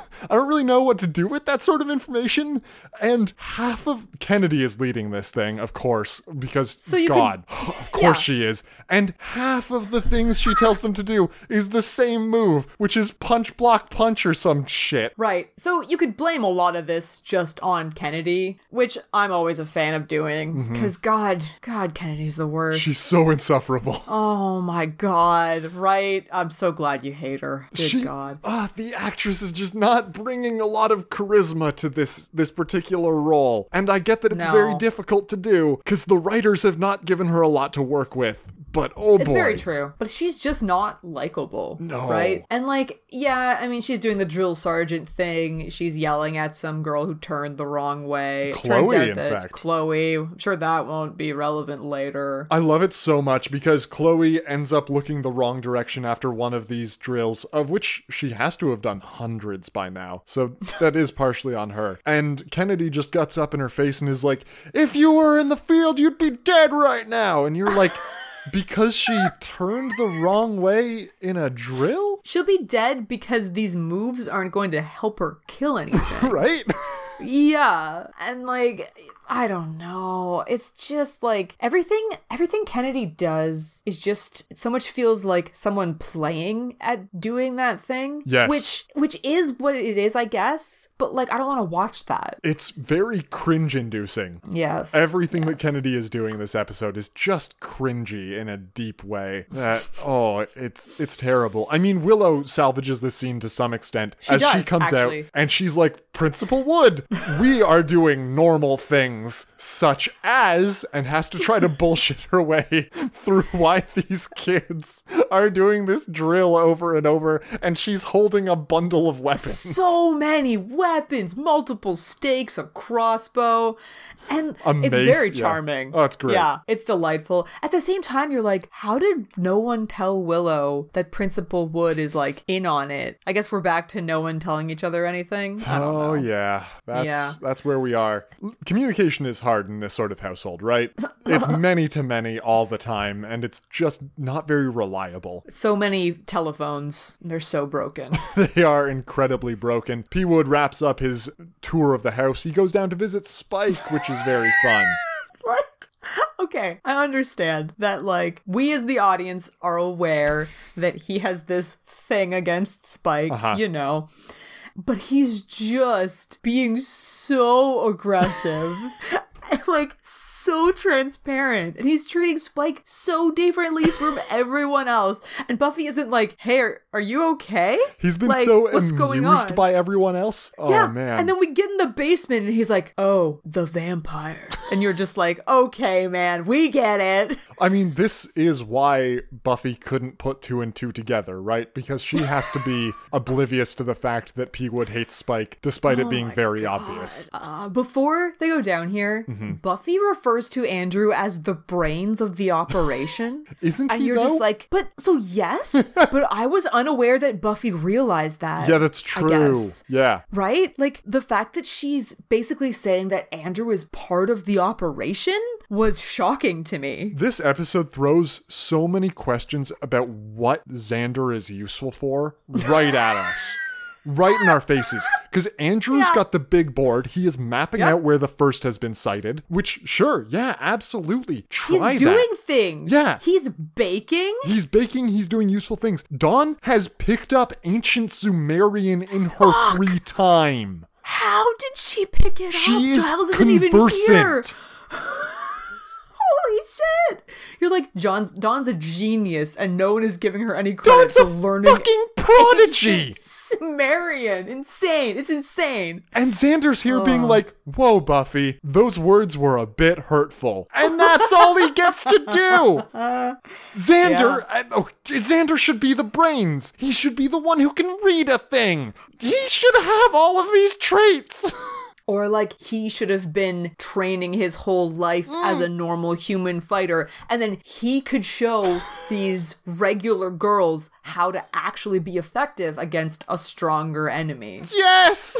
Speaker 2: (laughs) I don't really know what to do with that sort of information. And half of Kennedy is leading this thing, of course, because
Speaker 1: you could-
Speaker 2: God, (gasps) of course she is. And half of the things she tells them to do is the same move, which is punch, block, punch, or some shit.
Speaker 1: Right. So you could blame a lot of this just on Kennedy, which I'm always a fan of doing. Because God, God, Kennedy's the worst.
Speaker 2: Mm-hmm. She's so insufferable. (laughs)
Speaker 1: oh my God. Right. I'm so glad you hate her. Good God.
Speaker 2: Ah, the actress is just not bringing a lot of charisma to this this particular role, and I get that it's
Speaker 1: No.
Speaker 2: very difficult to do because the writers have not given her a lot to work with. But oh
Speaker 1: It's
Speaker 2: boy,
Speaker 1: very true. But she's just not likable.
Speaker 2: No.
Speaker 1: Right? And like, yeah, I mean, she's doing the drill sergeant thing. She's yelling at some girl who turned the wrong way. It Turns
Speaker 2: Chloe,
Speaker 1: out
Speaker 2: in
Speaker 1: that it's
Speaker 2: fact.
Speaker 1: Chloe. I'm sure that won't be relevant later.
Speaker 2: I love it so much because Chloe ends up looking the wrong direction after one of these drills, of which she has to have done hundreds by now. So (laughs) that is partially on her. And Kennedy just guts up in her face and is like, If you were in the field, you'd be dead right now. And you're like, Because she turned the wrong way in a drill? (laughs)
Speaker 1: She'll be dead because these moves aren't going to help her kill anything.
Speaker 2: Right?
Speaker 1: yeah. And like I don't know. It's just like everything everything Kennedy does is just it so much feels like someone playing at doing that thing.
Speaker 2: Yes.
Speaker 1: Which which is what it is, I guess. But like I don't want to watch that.
Speaker 2: It's very cringe inducing.
Speaker 1: Yes.
Speaker 2: Everything that Kennedy is doing this episode is just cringy in a deep way. That oh, it's it's terrible. I mean, Willow salvages this scene to some extent as she
Speaker 1: does,
Speaker 2: comes out
Speaker 1: actually.
Speaker 2: and she's like, "Principal Wood, we are doing normal things such as," and has
Speaker 1: (laughs)
Speaker 2: to try to bullshit her way through why these kids are doing this drill over and over, and she's holding a bundle of weapons.
Speaker 1: so many weapons, multiple stakes, a crossbow, and
Speaker 2: Amaze-
Speaker 1: it's very
Speaker 2: yeah.
Speaker 1: charming.
Speaker 2: Oh, it's great.
Speaker 1: Yeah, it's delightful. At the same time, you're like, how did no one tell Willow that Principal Wood is like in on it? I guess we're back to no one telling each other anything. I don't know.
Speaker 2: Oh yeah, that's
Speaker 1: Yeah.
Speaker 2: that's where we are. L- Communication is hard in this sort of
Speaker 1: (laughs)
Speaker 2: household, right? it's many to many all the time, and it's just not very reliable. (laughs)
Speaker 1: So many telephones. They're so broken.
Speaker 2: They are incredibly broken. P Wood wraps up his tour of the house. He goes down to visit Spike, which is
Speaker 1: (laughs)
Speaker 2: very fun.
Speaker 1: Like, okay, I understand that, like, we as the audience are aware that he has this thing against Spike,
Speaker 2: Uh-huh.
Speaker 1: you know. But he's just being so
Speaker 2: (laughs)
Speaker 1: aggressive. and, Like so transparent, and he's treating Spike so differently
Speaker 2: (laughs)
Speaker 1: from everyone else. And Buffy isn't like, "Hey, are, are you okay?"
Speaker 2: He's been
Speaker 1: Like,
Speaker 2: so
Speaker 1: what's
Speaker 2: amused
Speaker 1: going on?
Speaker 2: by everyone else. Oh
Speaker 1: yeah.
Speaker 2: man.
Speaker 1: And then we get in the basement and he's like, oh, the vampire. (laughs) And you're just like, okay, man, we get it.
Speaker 2: I mean, this is why Buffy couldn't put two and two together, right? Because she has to
Speaker 1: (laughs)
Speaker 2: be oblivious to the fact that P. Wood hates Spike, despite
Speaker 1: Oh
Speaker 2: it being very obvious.
Speaker 1: Uh, before they go down here,
Speaker 2: Mm-hmm.
Speaker 1: Buffy refers to Andrew as the brains of the operation.
Speaker 2: (laughs) Isn't
Speaker 1: and
Speaker 2: he,
Speaker 1: you're
Speaker 2: though?
Speaker 1: just like, but so
Speaker 2: (laughs)
Speaker 1: yes, but I was unaware that Buffy realized that.
Speaker 2: yeah, that's
Speaker 1: I
Speaker 2: true.
Speaker 1: guess.
Speaker 2: Yeah.
Speaker 1: Right? Like the fact that she's basically saying that Andrew is part of the operation was shocking to me.
Speaker 2: This episode throws so many questions about what Xander is useful for
Speaker 1: (laughs)
Speaker 2: right at us. Right in our faces. Because Andrew's
Speaker 1: Yeah.
Speaker 2: got the big board. He is mapping
Speaker 1: Yep.
Speaker 2: out where the first has been sighted, which, sure, yeah, absolutely.
Speaker 1: He's
Speaker 2: Try
Speaker 1: doing
Speaker 2: that.
Speaker 1: things.
Speaker 2: Yeah.
Speaker 1: He's baking.
Speaker 2: He's baking, he's doing useful things. Dawn has picked up ancient Sumerian in her free time.
Speaker 1: How did she pick it up?
Speaker 2: She is
Speaker 1: Giles isn't even here.
Speaker 2: conversant.
Speaker 1: (laughs) Holy shit. You're like, John's Dawn's a genius, and no one is giving her any credit
Speaker 2: Dawn's
Speaker 1: for
Speaker 2: a
Speaker 1: learning.
Speaker 2: fucking prodigy.
Speaker 1: ancient Sumerian. Insane. It's insane.
Speaker 2: And Xander's here being like, Whoa, Buffy, those words were a bit hurtful. And that's all he gets to do. Xander, I- oh, Xander should be the brains. He should be the one who can read a thing. He should have all of these traits. (laughs)
Speaker 1: Or like he should have been training his whole life
Speaker 2: Mm.
Speaker 1: as a normal human fighter, and then he could
Speaker 2: (sighs)
Speaker 1: show these regular girls how to actually be effective against a stronger enemy.
Speaker 2: (laughs) Yes!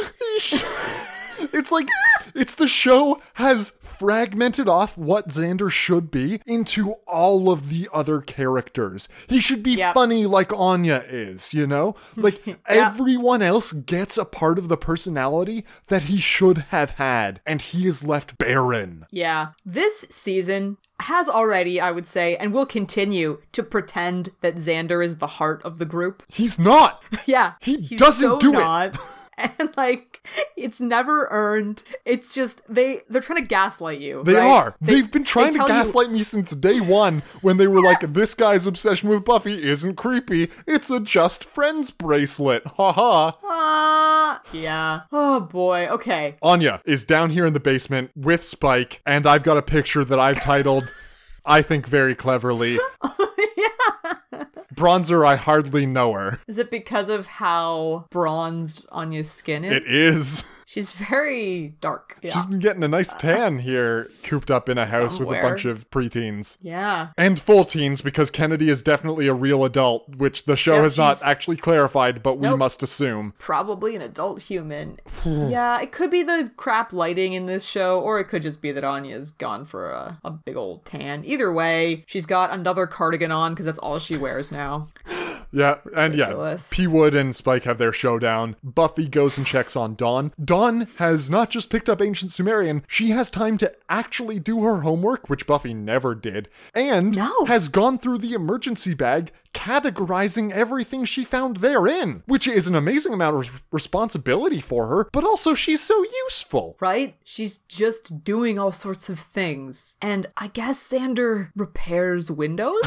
Speaker 2: It's like, it's the show has fragmented off what Xander should be into all of the other characters. He should be
Speaker 1: Yep.
Speaker 2: funny like Anya is, you know? Like everyone else gets a part of the personality that he should have had, and he is left barren.
Speaker 1: Yeah. This season has already, I would say, and will continue to pretend that Xander is the heart of the group. (laughs)
Speaker 2: He's not. (laughs)
Speaker 1: Yeah.
Speaker 2: He doesn't do it.
Speaker 1: it. (laughs) And like it's never earned. It's just they they're trying to gaslight you.
Speaker 2: They
Speaker 1: right?
Speaker 2: are. They, have been trying
Speaker 1: they
Speaker 2: to
Speaker 1: tell you-
Speaker 2: gaslight me since day one when they were like, this guy's obsession with Buffy isn't creepy. It's a just friends bracelet. Ha ha.
Speaker 1: Uh, yeah. Oh boy. Okay.
Speaker 2: Anya is down here in the basement with Spike, and I've got a picture that I've titled, I think very cleverly,
Speaker 1: (laughs)
Speaker 2: Bronzer, I hardly know her.
Speaker 1: Is it because of how bronzed Anya's skin is?
Speaker 2: It is.
Speaker 1: She's very dark. Yeah.
Speaker 2: She's been getting a nice tan here, cooped up in a house with
Speaker 1: Somewhere.
Speaker 2: a bunch of preteens.
Speaker 1: yeah.
Speaker 2: And full teens, because Kennedy is definitely a real adult, which the show
Speaker 1: Yeah,
Speaker 2: has not
Speaker 1: she's-
Speaker 2: actually clarified, but we
Speaker 1: Nope.
Speaker 2: must assume.
Speaker 1: Probably an adult human.
Speaker 2: Hmm.
Speaker 1: yeah, it could be the crap lighting in this show, or it could just be that Anya's gone for a, a big old tan. Either way, she's got another cardigan on because that's all she wears now.
Speaker 2: Yeah, and
Speaker 1: Ridiculous.
Speaker 2: yeah, P Wood and Spike have their showdown. Buffy goes and checks on Dawn. Dawn has not just picked up ancient Sumerian; she has time to actually do her homework, which Buffy never did, and
Speaker 1: No.
Speaker 2: has gone through the emergency bag, categorizing everything she found therein, which is an amazing amount of res- responsibility for her. But also, she's so useful.
Speaker 1: right? She's just doing all sorts of things. And I guess Sander repairs
Speaker 2: (laughs)
Speaker 1: windows?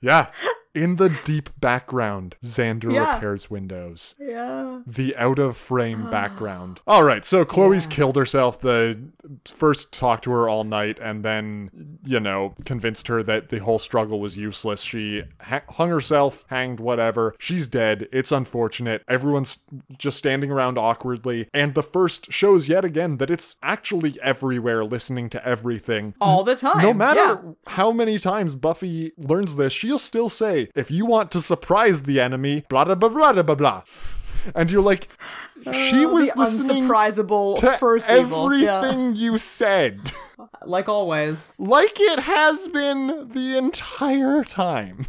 Speaker 2: Yeah. In the deep background, Xander
Speaker 1: Yeah.
Speaker 2: repairs windows.
Speaker 1: yeah.
Speaker 2: the out of frame background. All right, so Chloe's killed herself. The first talked to her all night and then, you know, convinced her that the whole struggle was useless. She ha- hung herself, hanged, whatever. She's dead. It's unfortunate. Everyone's just standing around awkwardly. And the first shows yet again that it's actually everywhere listening to everything.
Speaker 1: All the time.
Speaker 2: No matter
Speaker 1: Yeah.
Speaker 2: how many times Buffy learns this, she'll still say, if you want to surprise the enemy, blah, blah, blah, blah, blah, blah, blah. And you're like, she was
Speaker 1: Oh, the
Speaker 2: listening
Speaker 1: unsurprisable
Speaker 2: to
Speaker 1: first evil.
Speaker 2: everything
Speaker 1: Yeah.
Speaker 2: you said. (laughs)
Speaker 1: Like always.
Speaker 2: like it has been the entire time.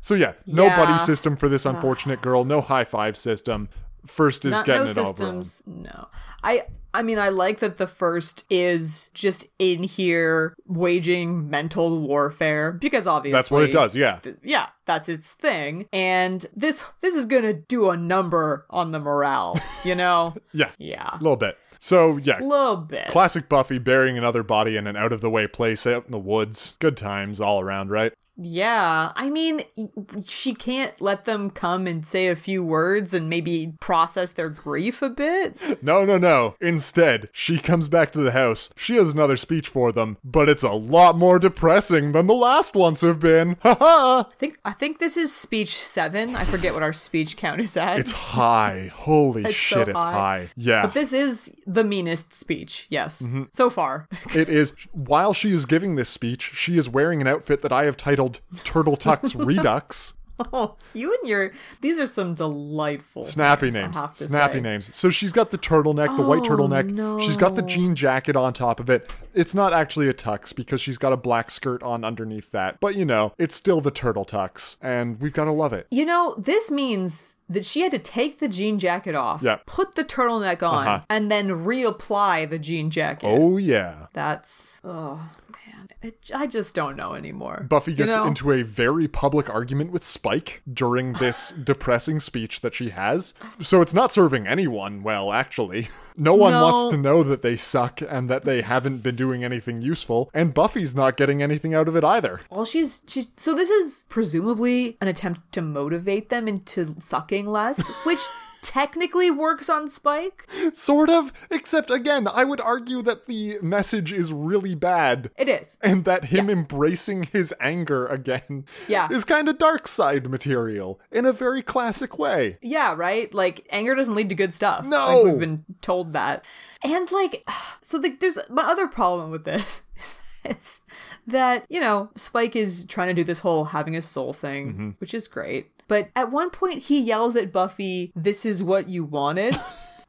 Speaker 2: So yeah, no
Speaker 1: Yeah.
Speaker 2: buddy system
Speaker 1: (sighs)
Speaker 2: for this unfortunate girl, no high five system. First is
Speaker 1: Not,
Speaker 2: getting
Speaker 1: no
Speaker 2: it
Speaker 1: systems. No. I I mean I like that the first is just in here waging mental warfare because obviously
Speaker 2: That's what it does, yeah.
Speaker 1: th- yeah, that's its thing. And this this is going to do a number on the morale, you
Speaker 2: (laughs)
Speaker 1: know?
Speaker 2: over. Yeah.
Speaker 1: yeah.
Speaker 2: A little bit. So yeah,
Speaker 1: little bit.
Speaker 2: Classic Buffy burying another body in an out of the way place out in the woods. Good times all around, right?
Speaker 1: yeah. I mean, y- she can't let them come and say a few words and maybe process their grief a bit.
Speaker 2: No, no, no. Instead, she comes back to the house. She has another speech for them, but it's a lot more depressing than the last ones have been. Ha ha!
Speaker 1: I think I think this is speech 7. I forget what our speech count is at.
Speaker 2: It's high. Holy
Speaker 1: It's so
Speaker 2: shit, it's
Speaker 1: high.
Speaker 2: high. Yeah.
Speaker 1: but this is the meanest speech, yes,
Speaker 2: Mm-hmm.
Speaker 1: so far. (laughs)
Speaker 2: It is while she is giving this speech, she is wearing an outfit that I have titled
Speaker 1: (laughs)
Speaker 2: Turtle Tux Redux.
Speaker 1: oh, you and your these are some delightful
Speaker 2: Snappy
Speaker 1: I
Speaker 2: names.
Speaker 1: have to
Speaker 2: Snappy
Speaker 1: say.
Speaker 2: names. So she's got the turtleneck, the white
Speaker 1: Oh,
Speaker 2: turtleneck. She's got the
Speaker 1: no.
Speaker 2: jean jacket on top of it. It's not actually a tux because she's got a black skirt on underneath that. But you know, it's still the turtle tux, and we've got to love it.
Speaker 1: You know, this means that she had to take the jean jacket off,
Speaker 2: Yeah.
Speaker 1: put the turtleneck on,
Speaker 2: Uh-huh.
Speaker 1: and then reapply the jean jacket.
Speaker 2: Oh yeah.
Speaker 1: That's oh man, it, I just don't know anymore.
Speaker 2: Buffy
Speaker 1: You
Speaker 2: gets
Speaker 1: know?
Speaker 2: into a very public argument with Spike during
Speaker 1: (sighs)
Speaker 2: this depressing speech that she has. So it's not serving anyone well, actually. (laughs) No one
Speaker 1: No.
Speaker 2: wants to know that they suck and that they haven't been doing anything useful, and Buffy's not getting anything out of it either.
Speaker 1: Well, she's she's so this is presumably an attempt to motivate them into sucking less, (laughs) which technically works on Spike.
Speaker 2: Sort of, except again, I would argue that the message is really bad.
Speaker 1: It is.
Speaker 2: And that him
Speaker 1: Yeah.
Speaker 2: embracing his anger again
Speaker 1: Yeah.
Speaker 2: is kind of dark side material in a very classic way.
Speaker 1: Yeah, right? Like anger doesn't lead to good stuff.
Speaker 2: No.
Speaker 1: Like, we've been told that. And like (sighs) so the, there's my other problem with this (laughs) is that, you know, Spike is trying to do this whole having a soul thing,
Speaker 2: Mm-hmm.
Speaker 1: which is
Speaker 2: (laughs)
Speaker 1: great. But at one point he yells at Buffy, "This is what you wanted."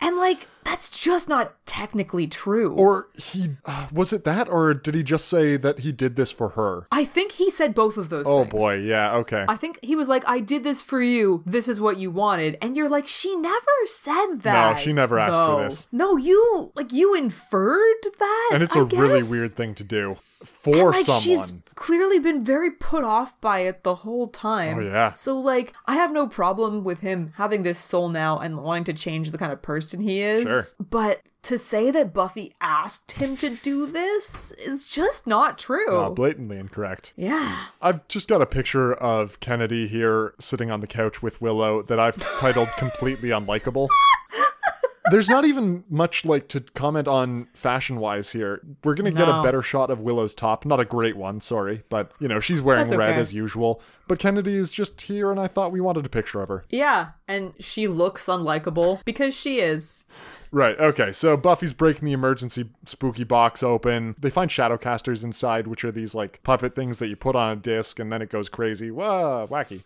Speaker 1: and like That's just not technically true.
Speaker 2: Or he uh, was it that, or did he just say that he did this for her?
Speaker 1: I think he said both of those
Speaker 2: Oh
Speaker 1: things.
Speaker 2: boy, yeah, okay.
Speaker 1: I think he was like, I did this for you. This is what you wanted. And you're like, she never said that.
Speaker 2: she never asked for
Speaker 1: though."
Speaker 2: this.
Speaker 1: No, you, like, you inferred that.
Speaker 2: and it's
Speaker 1: a
Speaker 2: a really weird thing to do for
Speaker 1: like,
Speaker 2: someone.
Speaker 1: She's clearly been very put off by it the whole time.
Speaker 2: Oh, yeah.
Speaker 1: So like I have no problem with him having this soul now and wanting to change the kind of person he is.
Speaker 2: Sure.
Speaker 1: But to say that Buffy asked him to do this is just not true.
Speaker 2: Uh, blatantly incorrect.
Speaker 1: yeah.
Speaker 2: I've just got a picture of Kennedy here sitting on the couch with Willow
Speaker 1: (laughs)
Speaker 2: that I've titled completely unlikable. There's not even much like to comment on fashion wise here. We're gonna get a
Speaker 1: No.
Speaker 2: better shot of Willow's top. Not a great one, sorry, but you know, she's wearing
Speaker 1: That's
Speaker 2: red
Speaker 1: okay.
Speaker 2: as usual. But Kennedy is just here and I thought we wanted a picture of her.
Speaker 1: Yeah. And she looks unlikable because she is.
Speaker 2: Right. Okay. So Buffy's breaking the emergency spooky box open. They find shadowcasters inside, which are these like puppet things that you put on a disc and then it goes crazy. Whoa, wacky.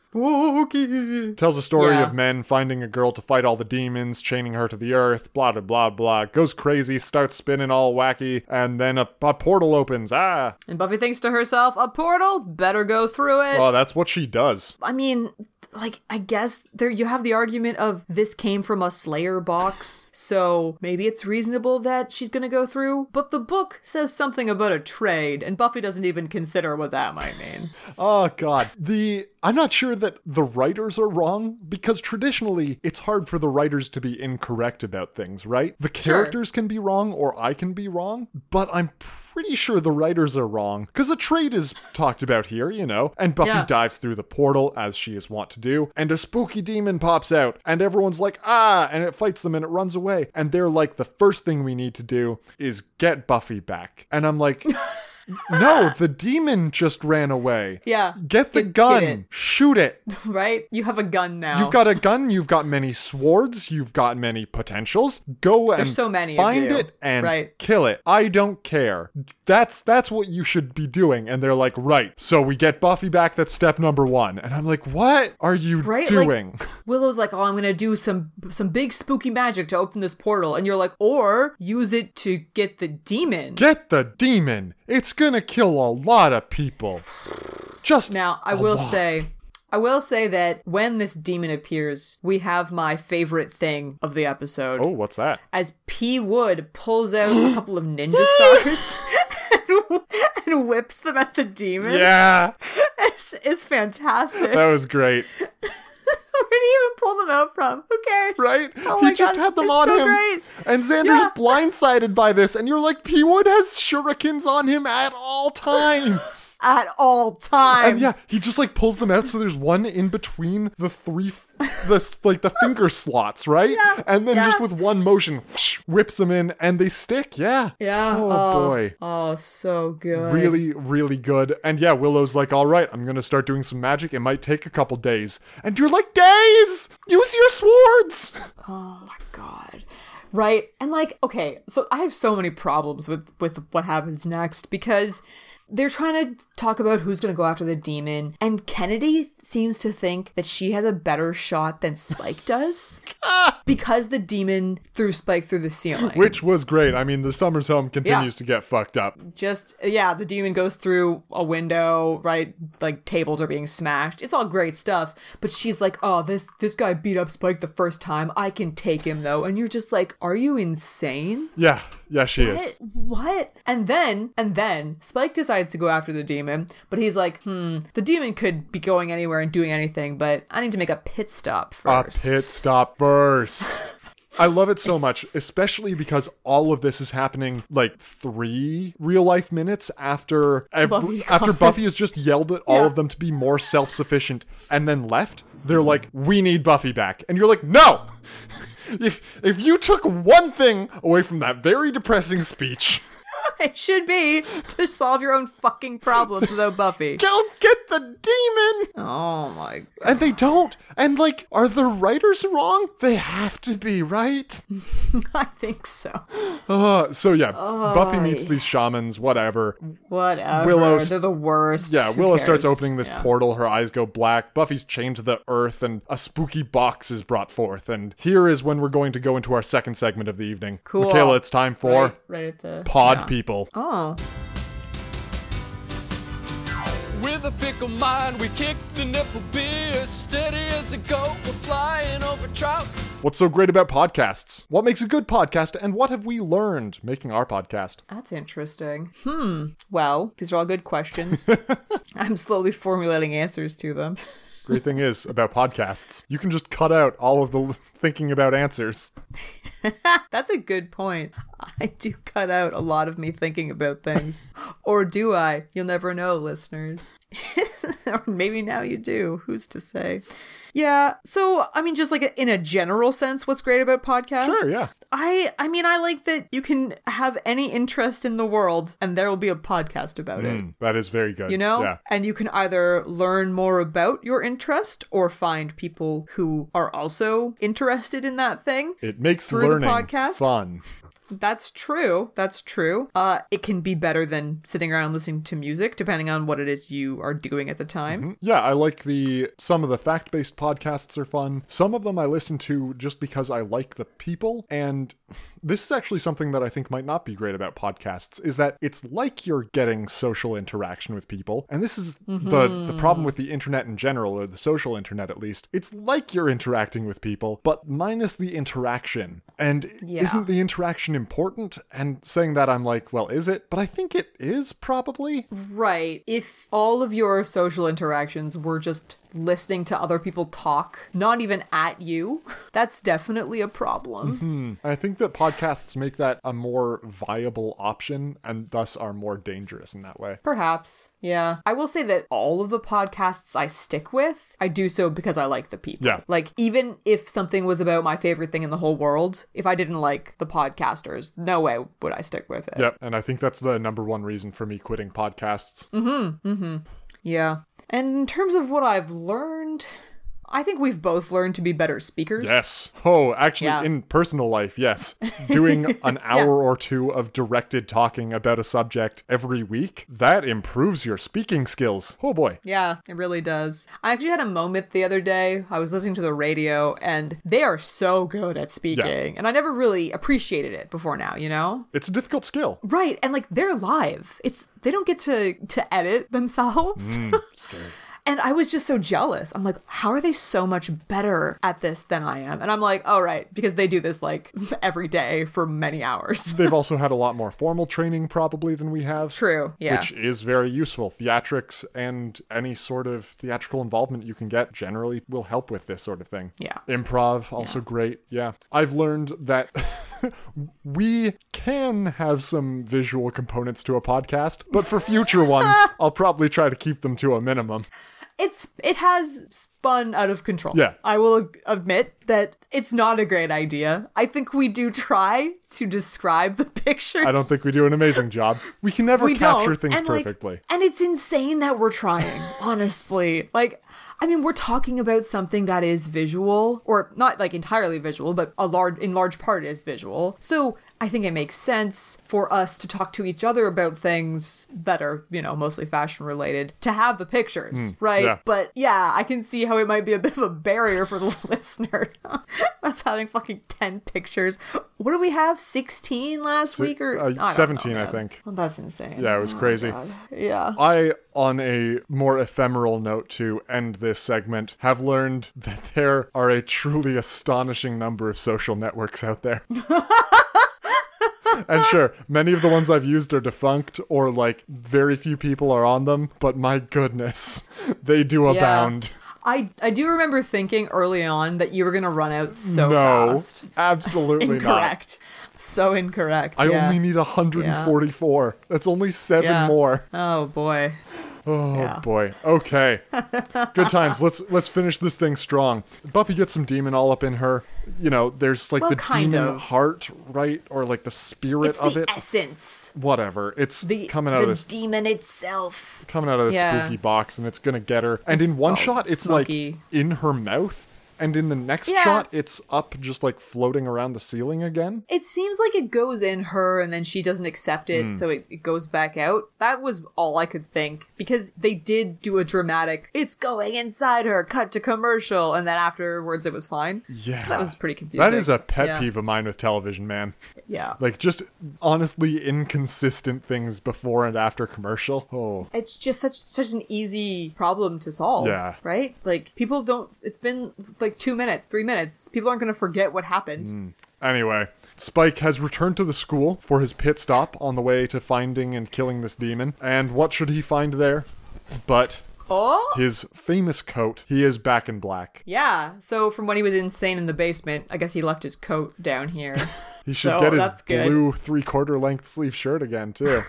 Speaker 2: Spooky. Tells a story
Speaker 1: Yeah.
Speaker 2: of men finding a girl to fight all the demons, chaining her to the earth, blah blah blah blah. Goes crazy, starts spinning all wacky, and then a, a portal opens. Ah.
Speaker 1: And Buffy thinks to herself, a portal, better go through it.
Speaker 2: Oh, that's what she does.
Speaker 1: I mean, like, I guess there you have the argument of this came from a Slayer box, so maybe it's reasonable that she's gonna go through. But the book says something about a trade, and Buffy doesn't even consider what that might mean.
Speaker 2: Oh god. The I'm not sure that the writers are wrong because traditionally it's hard for the writers to be incorrect about things, right? The characters can be wrong or I can be wrong, but I'm pretty sure the writers are wrong cuz a trade is talked about here, you know. And Buffy
Speaker 1: Yeah.
Speaker 2: dives through the portal as she is wont to do, and a spooky demon pops out and everyone's like, "Ah!" and it fights them and it runs away. And they're like, "The first thing we need to do is get Buffy back." And I'm like, (laughs) no, the demon just ran away.
Speaker 1: Yeah.
Speaker 2: Get the
Speaker 1: Get- get
Speaker 2: gun.
Speaker 1: it.
Speaker 2: Shoot it.
Speaker 1: right? You have a gun now.
Speaker 2: You've got a gun, you've got many swords, you've got many potentials. Go and
Speaker 1: so many of
Speaker 2: find
Speaker 1: you.
Speaker 2: it and
Speaker 1: Right.
Speaker 2: kill it. I don't care. That's that's what you should be doing. And they're like, right. So we get Buffy back, that's step number one. And I'm like, what are you
Speaker 1: Right?
Speaker 2: doing? (laughs)
Speaker 1: Like, Willow's like, "Oh, I'm going to do some some big spooky magic to open this portal." And you're like, "Or use it to get the demon."
Speaker 2: Get the demon. It's gonna kill a lot of people. Just
Speaker 1: Now, I
Speaker 2: a
Speaker 1: will
Speaker 2: lot.
Speaker 1: say, I will say that when this demon appears, we have my favorite thing of the episode.
Speaker 2: Oh, what's that?
Speaker 1: (laughs) As P. Wood pulls out a couple of
Speaker 2: (gasps)
Speaker 1: ninja stars (laughs) and, and whips them at the demon.
Speaker 2: Yeah, Uh,
Speaker 1: It's, it's fantastic.
Speaker 2: that was great.
Speaker 1: (laughs) Where did he even pull them out from? Who cares?
Speaker 2: right?
Speaker 1: Oh
Speaker 2: he
Speaker 1: my
Speaker 2: just
Speaker 1: God,
Speaker 2: had them
Speaker 1: it's
Speaker 2: on
Speaker 1: so
Speaker 2: him. Uh,
Speaker 1: Great.
Speaker 2: And Xander's
Speaker 1: Yeah.
Speaker 2: blindsided by this, and you're like, P Wood has shurikens on him at
Speaker 1: (laughs)
Speaker 2: all times.
Speaker 1: At all times.
Speaker 2: and yeah, he just like pulls them out, so there's one in between the three, f- the s- like the finger slots, right?
Speaker 1: Yeah.
Speaker 2: And then
Speaker 1: Yeah.
Speaker 2: just with one motion, whoosh, whips them in, and they stick. Yeah.
Speaker 1: Yeah.
Speaker 2: Oh, boy.
Speaker 1: Oh, so good.
Speaker 2: Really, really good. And yeah, Willow's like, all right, I'm going to start doing some magic. It might take a couple days. And you're like, days! Use your swords!
Speaker 1: god right and like okay so i have so many problems with with what happens next because they're trying to talk about who's going to go after the demon and kennedy seems to think that she has a better shot than spike does because the demon threw spike through the ceiling
Speaker 2: Which was great. I mean, the summer's home continues to get fucked up.
Speaker 1: just yeah the demon goes through a window right like tables are being smashed it's all great stuff but she's like oh this this guy beat up spike the first time i can take him though and you're just like are you insane
Speaker 2: Yeah, yeah, she is.
Speaker 1: What? What? And then, and then Spike decides to go after the demon, but he's like, hmm, the demon could be going anywhere and doing anything, but I need to make a pit stop
Speaker 2: A
Speaker 1: first.
Speaker 2: pit stop first. I love it so much, especially because all of this is happening like three real life minutes after ev-
Speaker 1: Buffy's gone.
Speaker 2: after Buffy has just yelled at all
Speaker 1: Yeah.
Speaker 2: of them to be more self sufficient and then left. They're like, "We need Buffy back," and you're like, "No." (laughs) If if you took one thing away from that very depressing speech,
Speaker 1: (laughs)
Speaker 2: (laughs)
Speaker 1: It should be to solve your own fucking problems without Buffy.
Speaker 2: go (laughs) get the demon.
Speaker 1: Oh my.
Speaker 2: And they don't. And like, are the writers wrong? They have to be, right?
Speaker 1: I think so.
Speaker 2: Ugh, Uh, so yeah, Buffy meets these shamans, whatever.
Speaker 1: Whatever.
Speaker 2: Willow s-
Speaker 1: They're the worst.
Speaker 2: Yeah,
Speaker 1: Who
Speaker 2: Willow starts
Speaker 1: cares?
Speaker 2: opening this
Speaker 1: Yeah.
Speaker 2: portal. Her eyes go black. Buffy's chained to the earth, and a spooky box is brought forth. And here is when we're going to go into our second segment of the evening.
Speaker 1: Cool.
Speaker 2: Michaela, it's time for
Speaker 1: right, right at the
Speaker 2: Pod
Speaker 1: yeah.
Speaker 2: People.
Speaker 1: Oh,
Speaker 5: With a pickle mind, we kick the nipple beer. Steady as a goat, we're flying over trout.
Speaker 2: What's so great about podcasts? What makes a good podcast, and what have we learned making our podcast?
Speaker 1: that's interesting. Hmm. Well, these are all good
Speaker 2: (laughs)
Speaker 1: questions. I'm slowly formulating answers to them.
Speaker 2: Great thing is about podcasts, you can just cut out all of the l- thinking about answers.
Speaker 1: That's a good point. I do cut out a lot of me thinking about things. or do I? You'll never know, listeners. (laughs) or maybe now you do. Who's to say? Yeah. So, I mean, just like in a general sense, what's great about podcasts?
Speaker 2: Sure, yeah.
Speaker 1: I I mean, I like that you can have any interest in the world and there will be a podcast about it.
Speaker 2: Mm, that is very good.
Speaker 1: You know?
Speaker 2: Yeah.
Speaker 1: And you can either learn more about your interest or find people who are also interested in that thing.
Speaker 2: It makes
Speaker 1: Through the
Speaker 2: learning
Speaker 1: podcast?
Speaker 2: fun.
Speaker 1: That's true. That's true. Uh, it can be better than sitting around listening to music, depending on what it is you are doing at the time.
Speaker 2: Um, Yeah, I like the some of the fact-based podcasts are fun. Some of them I listen to just because I like the people and this is actually something that I think might not be great about podcasts is that it's like you're getting social interaction with people. And this is the the problem with the internet in general or the social internet at least. It's like you're interacting with people, but minus the interaction. And
Speaker 1: Yeah.
Speaker 2: isn't the interaction important? And saying that I'm like, well, is it? But I think it is probably.
Speaker 1: Right. If all of your social interactions were just listening to other people talk, not even at you, (laughs) that's definitely a problem.
Speaker 2: I think that podcasts make that a more viable option and thus are more dangerous in that way.
Speaker 1: Perhaps. Yeah. I will say that all of the podcasts I stick with, I do so because I like the people.
Speaker 2: Yeah.
Speaker 1: Like, even if something was about my favorite thing in the whole world, if I didn't like the podcasters, no way would I stick with it.
Speaker 2: Yep. And I think that's the number one reason for me quitting podcasts.
Speaker 1: Mm-hmm. Yeah. And in terms of what I've learned, I think we've both learned to be better speakers.
Speaker 2: Yes. Oh, actually,
Speaker 1: Yeah.
Speaker 2: in personal
Speaker 1: (laughs)
Speaker 2: life, yes. Doing an hour or two of directed talking about a subject every week, that improves your speaking skills. Oh boy.
Speaker 1: Yeah, it really does. I actually had a moment the other day. I was listening to the radio, and they are so good at speaking. And I never really appreciated it before now, you know?
Speaker 2: It's a difficult skill.
Speaker 1: Right, and like they're live. It's they don't get to to edit themselves.
Speaker 2: Mm,
Speaker 1: (laughs) and I was just so jealous. I'm like, how are they so much better at this than I am? And I'm like, all right, because they do this like (laughs) every day for many hours. (laughs)
Speaker 2: They've also had a lot more formal training probably than we have.
Speaker 1: True. Yeah.
Speaker 2: Which is very useful. Theatrics and any sort of theatrical involvement you can get generally will help with this sort of thing.
Speaker 1: Yeah.
Speaker 2: Improv, also great. Yeah. I've learned that (laughs) we can have some visual components to a podcast, but
Speaker 1: (laughs)
Speaker 2: for future ones, I'll probably try to keep them to a minimum.
Speaker 1: it's it has spun out of control.
Speaker 2: Yeah.
Speaker 1: I will ag- admit that it's not a great idea. I think we do try to describe the (laughs) pictures.
Speaker 2: I don't think we do an amazing job. We can
Speaker 1: (laughs)
Speaker 2: never
Speaker 1: we
Speaker 2: capture
Speaker 1: don't.
Speaker 2: things
Speaker 1: and, like,
Speaker 2: perfectly.
Speaker 1: and it's insane that we're trying, (laughs) honestly. Like, I mean, we're talking about something that is visual, or not like entirely visual, but a large in large part is visual. So I think it makes sense for us to talk to each other about things that are, you know, mostly fashion related to have the pictures, right?
Speaker 2: Hmm, yeah.
Speaker 1: But yeah, I can see how it might be a bit of a barrier for the (laughs) listener. Us having fucking 10 pictures. What do we have? 16 last week or
Speaker 2: uh,
Speaker 1: I don't know,
Speaker 2: 17, I
Speaker 1: man.
Speaker 2: think.
Speaker 1: Well, that's insane.
Speaker 2: Yeah, it was
Speaker 1: Oh my
Speaker 2: crazy.
Speaker 1: God. Yeah.
Speaker 2: I, on a more ephemeral note to end this segment, have learned that there are a truly astonishing number of social networks out there. and sure, many of the ones I've used are defunct or like very few people are on them, but my goodness, they do abound.
Speaker 1: I I do remember thinking early on that you were gonna run out so
Speaker 2: No,
Speaker 1: fast. (laughs)
Speaker 2: absolutely not.
Speaker 1: incorrect. So incorrect.
Speaker 2: I
Speaker 1: yeah.
Speaker 2: only need 144. That's only seven
Speaker 1: Yeah.
Speaker 2: more.
Speaker 1: Oh boy.
Speaker 2: Oh
Speaker 1: Yeah.
Speaker 2: boy. Okay. Good times. Let's let's finish this thing strong. Buffy gets some demon all up in her. You know, there's like
Speaker 1: Well,
Speaker 2: the
Speaker 1: kind
Speaker 2: demon
Speaker 1: of.
Speaker 2: heart, right? Or like the spirit
Speaker 1: It's
Speaker 2: of
Speaker 1: the
Speaker 2: it.
Speaker 1: essence.
Speaker 2: Whatever. It's
Speaker 1: The
Speaker 2: coming out
Speaker 1: the
Speaker 2: of this
Speaker 1: demon itself.
Speaker 2: coming out of this
Speaker 1: Yeah.
Speaker 2: spooky box and it's gonna get her. And in one
Speaker 1: called
Speaker 2: shot it's
Speaker 1: Smokey.
Speaker 2: like in her mouth. and in the next
Speaker 1: Yeah.
Speaker 2: shot it's up just like floating around the ceiling again.
Speaker 1: It seems like it goes in her and then she doesn't accept it,
Speaker 2: Mm.
Speaker 1: so it, it goes back out. That was all I could think because they did do a dramatic, it's going inside her, cut to commercial, and then afterwards it was fine.
Speaker 2: Yeah.
Speaker 1: So that was pretty confusing.
Speaker 2: That is a pet
Speaker 1: Yeah.
Speaker 2: peeve of mine with television, man.
Speaker 1: Yeah.
Speaker 2: Like just honestly inconsistent things before and after commercial. Oh.
Speaker 1: it's just such such an easy problem to solve.
Speaker 2: Yeah.
Speaker 1: Right? Like people don't it's been like two minutes, three minutes. People aren't gonna forget what happened.
Speaker 2: Mm. Anyway, Spike has returned to the school for his pit stop on the way to finding and killing this demon. And what should he find there? But
Speaker 1: Oh
Speaker 2: his famous coat. He is back in black.
Speaker 1: yeah. So from when he was insane in the basement, I guess he left his coat down
Speaker 2: (laughs)
Speaker 1: here.
Speaker 2: He should
Speaker 1: So
Speaker 2: get his
Speaker 1: that's good.
Speaker 2: blue three quarter length sleeve shirt again,
Speaker 1: (laughs)
Speaker 2: too.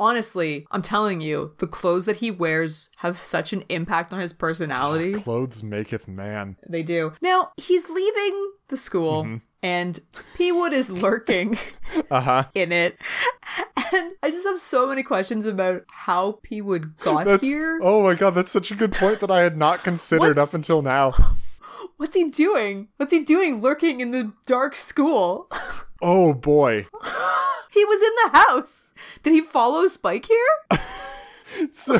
Speaker 1: Honestly, I'm telling you, the clothes that he wears have such an impact on his
Speaker 2: Oh,
Speaker 1: personality.
Speaker 2: Clothes maketh man.
Speaker 1: They do. Now, he's leaving the school and P Wood is lurking in it. And I just have so many questions about how P Wood got
Speaker 2: That's,
Speaker 1: here.
Speaker 2: oh my god, that's such a good point that I had not considered up
Speaker 1: What's-
Speaker 2: until now.
Speaker 1: What's he doing? What's he doing lurking in the dark school? (laughs)
Speaker 2: Oh boy.
Speaker 1: he was in the house. Did he follow Spike here?
Speaker 2: So,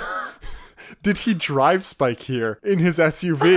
Speaker 2: did he drive Spike here in his SUV?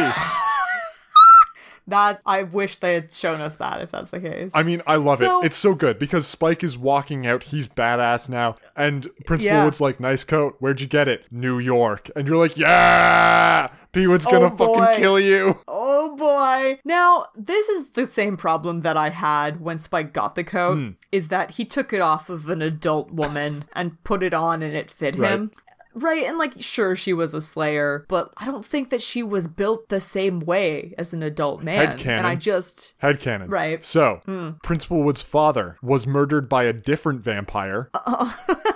Speaker 1: That I wish they had shown us that if that's the case.
Speaker 2: I mean, I love
Speaker 1: So-
Speaker 2: it. It's so good because Spike is walking out. He's badass now. And Principal
Speaker 1: Yeah.
Speaker 2: Wood's like, nice coat. Where'd you get it? New York. And you're like, yeah! P Wood's gonna
Speaker 1: Oh, boy.
Speaker 2: fucking kill you.
Speaker 1: Oh boy. Now, this is the same problem that I had when Spike got the coat is that he took it off of an adult woman and put it on and it fit him. Right, and like sure she was a slayer, but I don't think that she was built the same way as an adult man. And I
Speaker 2: Headcanon.
Speaker 1: just
Speaker 2: Headcanon.
Speaker 1: Right. Hmm.
Speaker 2: So, Principal Wood's father was murdered by a different
Speaker 1: (laughs)
Speaker 2: vampire.
Speaker 1: Oh.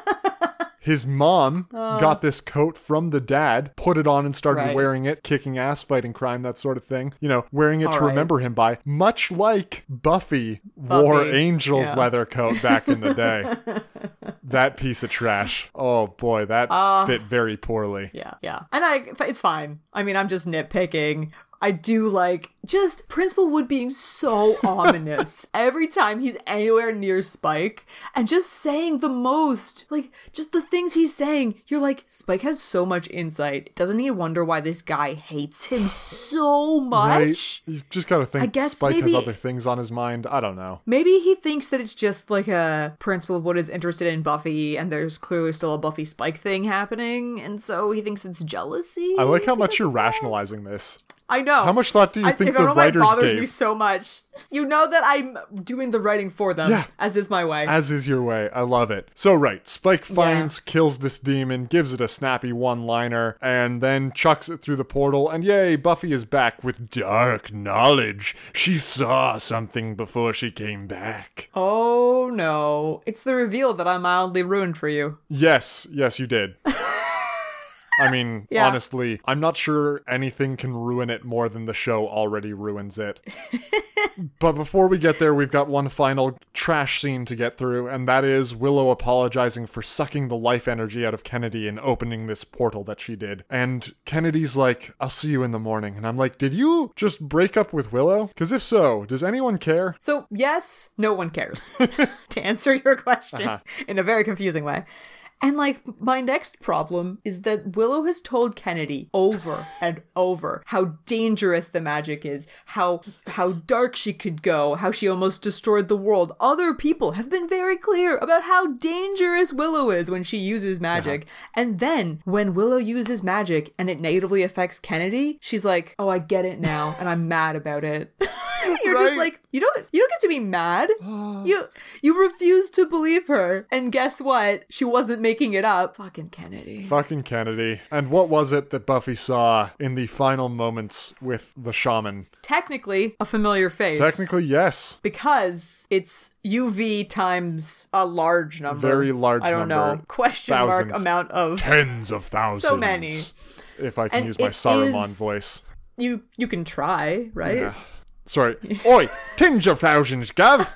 Speaker 2: His mom got this coat from the dad, put it on and started
Speaker 1: Right.
Speaker 2: wearing it, kicking ass, fighting crime, that sort of thing. You know, wearing it to
Speaker 1: right.
Speaker 2: remember him by, much like Buffy, wore
Speaker 1: Buffy,
Speaker 2: Angel's
Speaker 1: yeah.
Speaker 2: leather coat back in
Speaker 1: (laughs)
Speaker 2: the day. that piece of trash. Oh boy, that
Speaker 1: Ah.
Speaker 2: fit very poorly.
Speaker 1: Yeah, yeah. And I, it's fine. I mean, I'm just nitpicking. I do like just Principal Wood being
Speaker 2: (laughs)
Speaker 1: so ominous every time he's anywhere near Spike and just saying the most, like, just the things he's saying. You're like, Spike has so much insight. Doesn't he wonder why this guy hates him so much?
Speaker 2: Right? He's just got to think
Speaker 1: guess
Speaker 2: Spike has
Speaker 1: maybe-
Speaker 2: other things on his mind. I don't know.
Speaker 1: Maybe he thinks that it's just like a Principal Wood is interested in Buffy and there's clearly still a Buffy Spike thing happening, and so he thinks it's jealousy.
Speaker 2: I like how much you're rationalizing this.
Speaker 1: I know.
Speaker 2: How much thought do you
Speaker 1: I,
Speaker 2: think
Speaker 1: if
Speaker 2: the
Speaker 1: I don't know why it
Speaker 2: writers
Speaker 1: bothers
Speaker 2: gave?
Speaker 1: me so much. You know that I'm doing the writing for them,
Speaker 2: Yeah.
Speaker 1: as is my way.
Speaker 2: As is your way. I love it. So, right, Spike finds, kills this demon, gives it a snappy one liner, and then chucks it through the portal. And yay, Buffy is back with dark knowledge. She saw something before she came back.
Speaker 1: oh no. It's the reveal that I mildly ruined for you.
Speaker 2: Yes, yes, you did. I mean,
Speaker 1: Yeah.
Speaker 2: honestly, I'm not sure anything can ruin it more than the show already ruins it. but before we get there, we've got one final trash scene to get through, and that is Willow apologizing for sucking the life energy out of Kennedy and opening this portal that she did. And Kennedy's like, I'll see you in the morning. And I'm like, Did you just break up with Willow? Because if so, does anyone care?
Speaker 1: So, yes, no one cares. to answer your question in a very confusing way. And like my next problem is that Willow has told Kennedy over and over how dangerous the magic is, how how dark she could go, how she almost destroyed the world. Other people have been very clear about how dangerous Willow is when she uses magic. And then when Willow uses magic and it negatively affects Kennedy, she's like, "Oh, I get it now and I'm mad about it." (laughs) You're just
Speaker 2: Right.
Speaker 1: like, you don't you don't get to be
Speaker 2: (gasps)
Speaker 1: mad.
Speaker 2: Oh.
Speaker 1: you you refuse to believe her. And guess what? She wasn't making it up. Fucking Kennedy.
Speaker 2: Fucking Kennedy. And what was it that Buffy saw in the final moments with the shaman?
Speaker 1: Technically a familiar face.
Speaker 2: Technically, yes.
Speaker 1: Because it's UV times a large number.
Speaker 2: Very large
Speaker 1: I don't know.
Speaker 2: number.
Speaker 1: Question mark
Speaker 2: Thousands.
Speaker 1: amount of
Speaker 2: Tens of thousands.
Speaker 1: So many.
Speaker 2: If I can
Speaker 1: And
Speaker 2: use my
Speaker 1: it
Speaker 2: Saruman
Speaker 1: is-
Speaker 2: voice. Ah.
Speaker 1: you you can try, right? (laughs)
Speaker 2: Sorry. Oi, tinge of thousands, Gav.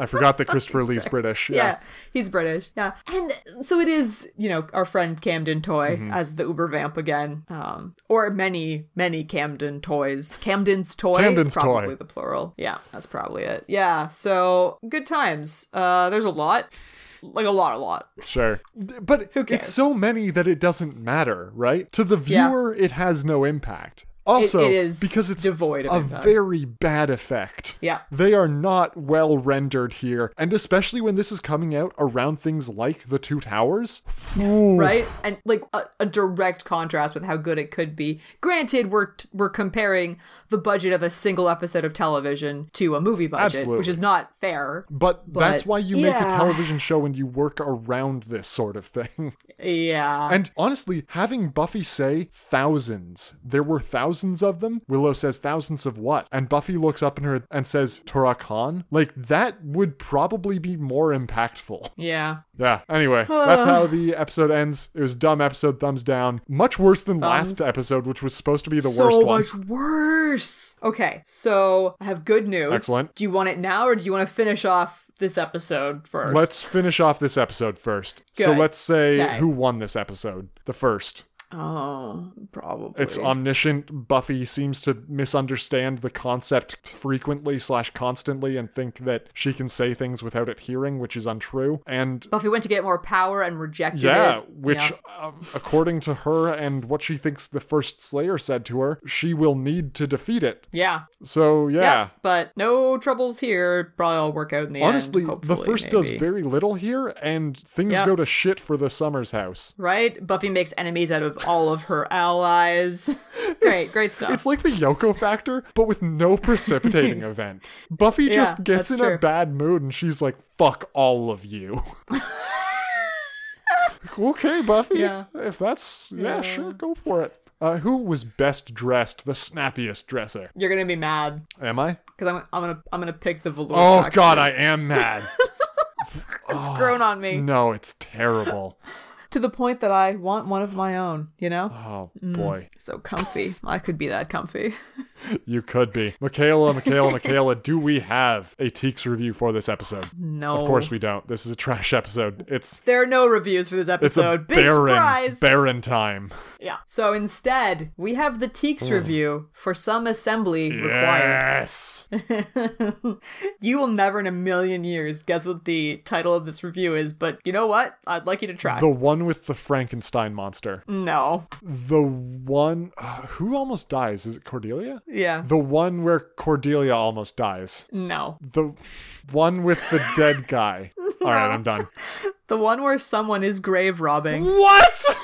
Speaker 2: I forgot that Christopher Lee's British.
Speaker 1: Yeah. he's British. Yeah, and so it is. You know, our friend Camden Toy
Speaker 2: Mm-hmm.
Speaker 1: as the Uber vamp again, um, or many, many Camden toys. Camden's toy. is
Speaker 2: Camden's toy.
Speaker 1: probably the plural. Yeah, that's probably it. Yeah. So good times. Uh, there's a lot, like a lot, a lot.
Speaker 2: Sure. But it's
Speaker 1: cares?
Speaker 2: so many that it doesn't matter, right? To the
Speaker 1: Yeah.
Speaker 2: viewer, it has no impact. Also,
Speaker 1: it is
Speaker 2: because it's
Speaker 1: devoid of
Speaker 2: a
Speaker 1: impact.
Speaker 2: very bad effect.
Speaker 1: Yeah.
Speaker 2: They are not well rendered here. And especially when this is coming out around things like the Two Towers.
Speaker 1: right? And like a, a direct contrast with how good it could be. Granted, we're we're comparing the budget of a single episode of television to a movie budget, which
Speaker 2: Absolutely.
Speaker 1: is not fair.
Speaker 2: But, that's
Speaker 1: But-
Speaker 2: why you make a
Speaker 1: yeah.
Speaker 2: television show and you work around this sort of thing. (laughs)
Speaker 1: Yeah,
Speaker 2: And honestly, having Buffy say thousands, there were thousands of them. Willow says thousands of what? And Buffy looks up at her and says Turakan. Like that would probably be more impactful. (laughs)
Speaker 1: yeah.
Speaker 2: Yeah. Anyway, that's
Speaker 1: (sighs)
Speaker 2: how the episode ends. It was a dumb episode, thumbs down. Much worse than last
Speaker 1: Thumbs.
Speaker 2: episode, which was supposed to be the
Speaker 1: so
Speaker 2: worst one.
Speaker 1: much worse. Okay, so I have good news.
Speaker 2: Excellent.
Speaker 1: Do you want it now, or do you want to finish off this episode 1st
Speaker 2: Let's finish off this episode first. So
Speaker 1: Good.
Speaker 2: let's say
Speaker 1: Okay.
Speaker 2: who won this episode. The first.
Speaker 1: Oh, probably.
Speaker 2: It's omniscient. Buffy seems to misunderstand the concept frequently slash constantly and think that she can say things without it hearing, which is untrue. And
Speaker 1: Buffy went to get more power and rejected
Speaker 2: yeah,
Speaker 1: it.
Speaker 2: which
Speaker 1: Yeah.
Speaker 2: uh, according to her and what she thinks the first Slayer said to her, she will need to defeat it.
Speaker 1: Yeah.
Speaker 2: So yeah.
Speaker 1: Yeah, but no troubles here. Probably all work out in the
Speaker 2: Honestly,
Speaker 1: end.
Speaker 2: the
Speaker 1: hopefully,
Speaker 2: first does
Speaker 1: maybe.
Speaker 2: very little here, and things
Speaker 1: Yeah.
Speaker 2: go to shit for the Summers house.
Speaker 1: right? Buffy makes enemies out of all of her allies. (laughs) great, great stuff.
Speaker 2: (laughs) It's like the Yoko factor, but with
Speaker 1: (laughs)
Speaker 2: no precipitating event. Buffy just
Speaker 1: Yeah,
Speaker 2: gets in
Speaker 1: that's
Speaker 2: a
Speaker 1: true.
Speaker 2: bad mood and she's like, fuck all of
Speaker 1: (laughs)
Speaker 2: you. okay, Buffy.
Speaker 1: Yeah.
Speaker 2: If that's, yeah, sure, go for it. Uh, who was best dressed, the snappiest dresser?
Speaker 1: You're gonna be mad
Speaker 2: Am I?
Speaker 1: because I'm, I'm gonna I'm gonna pick the velour.
Speaker 2: Oh,
Speaker 1: tracksuit.
Speaker 2: God, I
Speaker 1: (laughs)
Speaker 2: am mad.
Speaker 1: it's grown on me
Speaker 2: no, it's terrible.
Speaker 1: to the point that I want one of my own. You know, (laughs)
Speaker 2: Oh,
Speaker 1: Mm.
Speaker 2: boy.
Speaker 1: so comfy. I could be that comfy.
Speaker 2: You could be. Michaela,
Speaker 1: (laughs)
Speaker 2: Michaela, Michaela, do we have a Teeks review for this episode?
Speaker 1: No,
Speaker 2: Of course we don't. This is a trash episode. It's
Speaker 1: There are no reviews for this
Speaker 2: It's a
Speaker 1: episode. Big
Speaker 2: barren,
Speaker 1: surprise.
Speaker 2: barren time.
Speaker 1: yeah. So instead, we have the Teeks review for some assembly required. (laughs)
Speaker 2: Yes.
Speaker 1: You will never in a million years guess what the title of this review is, but you know what? I'd like you to try.
Speaker 2: the one with the Frankenstein monster.
Speaker 1: no.
Speaker 2: The one uh, who almost dies. Is it Cordelia?
Speaker 1: Yeah.
Speaker 2: The one where Cordelia almost dies.
Speaker 1: No.
Speaker 2: The one with the dead
Speaker 1: (laughs)
Speaker 2: guy. All right, I'm done.
Speaker 1: The one where someone is grave robbing.
Speaker 2: What? (laughs)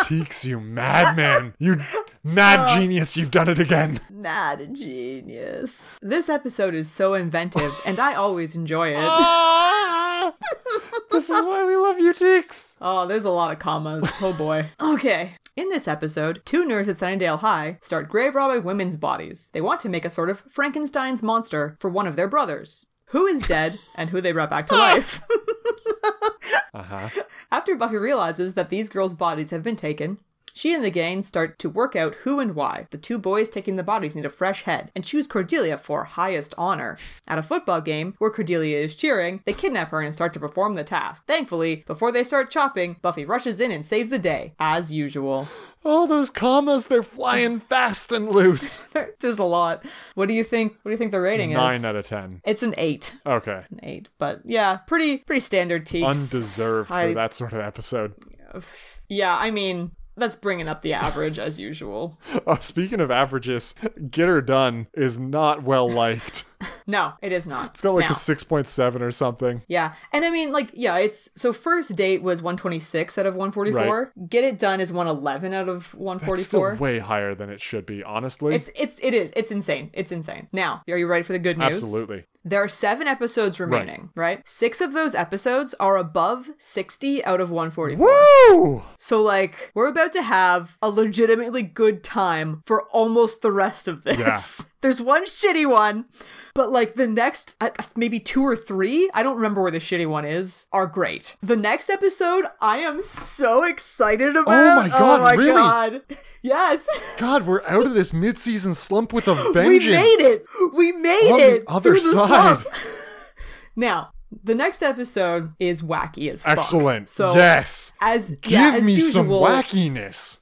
Speaker 2: Teeks, you madman. You mad genius. You've done it again.
Speaker 1: Not a genius. This episode is so inventive, and I always enjoy it.
Speaker 2: Ah! (laughs) this is why we love you, Teeks.
Speaker 1: Oh, there's a lot of commas. Oh boy. (laughs) Okay. In this episode, two nurses at Sunnydale High start grave robbing women's bodies. They want to make a sort of Frankenstein's monster for one of their brothers, who is dead and who they brought back to life. After Buffy realizes that these girls' bodies have been taken, she and the gang start to work out who and why. The two boys taking the bodies need a fresh head and choose Cordelia for highest honor. At a football game, where Cordelia is cheering, they kidnap her and start to perform the task. Thankfully, before they start chopping, Buffy rushes in and saves the day, as usual. (laughs)
Speaker 2: Oh, those commas, they're flying fast and
Speaker 1: (laughs)
Speaker 2: loose.
Speaker 1: There's a lot. What do you think? What do you think the rating is?
Speaker 2: Nine out of ten.
Speaker 1: It's an eight.
Speaker 2: Okay.
Speaker 1: An eight, but yeah, pretty pretty standard teaks.
Speaker 2: Undeserved for
Speaker 1: I-
Speaker 2: that sort of episode.
Speaker 1: yeah, I mean that's bringing up the average as usual.
Speaker 2: Oh, speaking of averages, Get Her Done is not well liked.
Speaker 1: No, it is not.
Speaker 2: It's got like
Speaker 1: No.
Speaker 2: a 6.7 or something.
Speaker 1: Yeah. And I mean, like, yeah, it's so first date was 126 out of 144. Get it done is 111 out of
Speaker 2: It's still
Speaker 1: 144.
Speaker 2: way higher than it should be, honestly.
Speaker 1: It's, it's, it is. It's insane. It's insane. Now, are you ready for the good news?
Speaker 2: Absolutely.
Speaker 1: There are seven episodes remaining, right? Six of those episodes are above 60 out of 144.
Speaker 2: Woo!
Speaker 1: So, like, we're about to have a legitimately good time for almost the rest of this.
Speaker 2: Yeah.
Speaker 1: (laughs) There's one shitty one, but like the next uh, maybe two or three, I don't remember where the shitty one is, are great. The next episode, I am so excited about.
Speaker 2: Oh
Speaker 1: Oh
Speaker 2: my God, really?
Speaker 1: God. (laughs) Yes.
Speaker 2: God, we're out of this mid-season slump with
Speaker 1: (laughs)
Speaker 2: a
Speaker 1: we
Speaker 2: vengeance.
Speaker 1: made it. We made
Speaker 2: On the
Speaker 1: it.
Speaker 2: other
Speaker 1: through the
Speaker 2: side.
Speaker 1: slump. (laughs) now, the next episode is wacky as fuck.
Speaker 2: Excellent.
Speaker 1: So
Speaker 2: yes.
Speaker 1: As
Speaker 2: Give
Speaker 1: yeah, as
Speaker 2: me some
Speaker 1: usual,
Speaker 2: wackiness.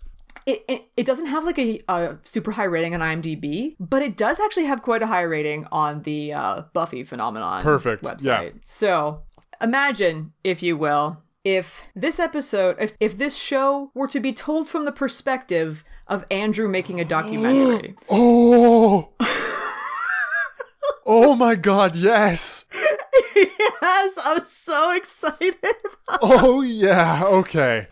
Speaker 1: it, it, it doesn't have like a, a super high rating on IMDb, but it does actually have quite a high rating on the uh, Buffy phenomenon
Speaker 2: Perfect,
Speaker 1: website.
Speaker 2: yeah.
Speaker 1: So imagine, if you will, if this episode, if, if this show were to be told from the perspective of Andrew making a
Speaker 2: (laughs)
Speaker 1: documentary.
Speaker 2: Oh. (laughs) oh my god, yes.
Speaker 1: yes, I'm so excited.
Speaker 2: Oh yeah, okay.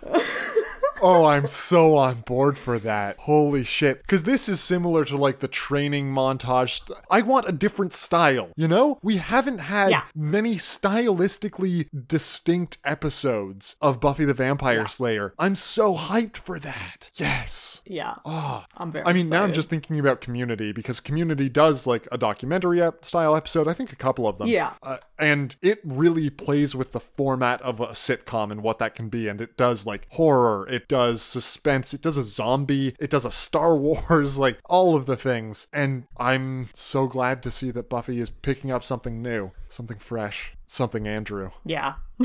Speaker 2: Oh, I'm so on board for that. Holy shit. Because this is similar to like the training montage. St- I want a different style, you know? We haven't had
Speaker 1: Yeah.
Speaker 2: many stylistically distinct episodes of Buffy the Vampire Slayer. I'm so hyped for that. Yes.
Speaker 1: yeah. I'm very
Speaker 2: Ah. I mean, now I'm
Speaker 1: excited.
Speaker 2: just thinking about Community because Community does like a documentary ep- style episode. I think a couple of them.
Speaker 1: Yeah.
Speaker 2: Uh, and it really plays with the format of a sitcom and what that can be. And it does like horror, it does suspense, it does a zombie, it does a Star (laughs) Wars, like all of the things. And I'm so glad to see that Buffy is picking up something new, something fresh, something Andrew.
Speaker 1: Yeah. (laughs)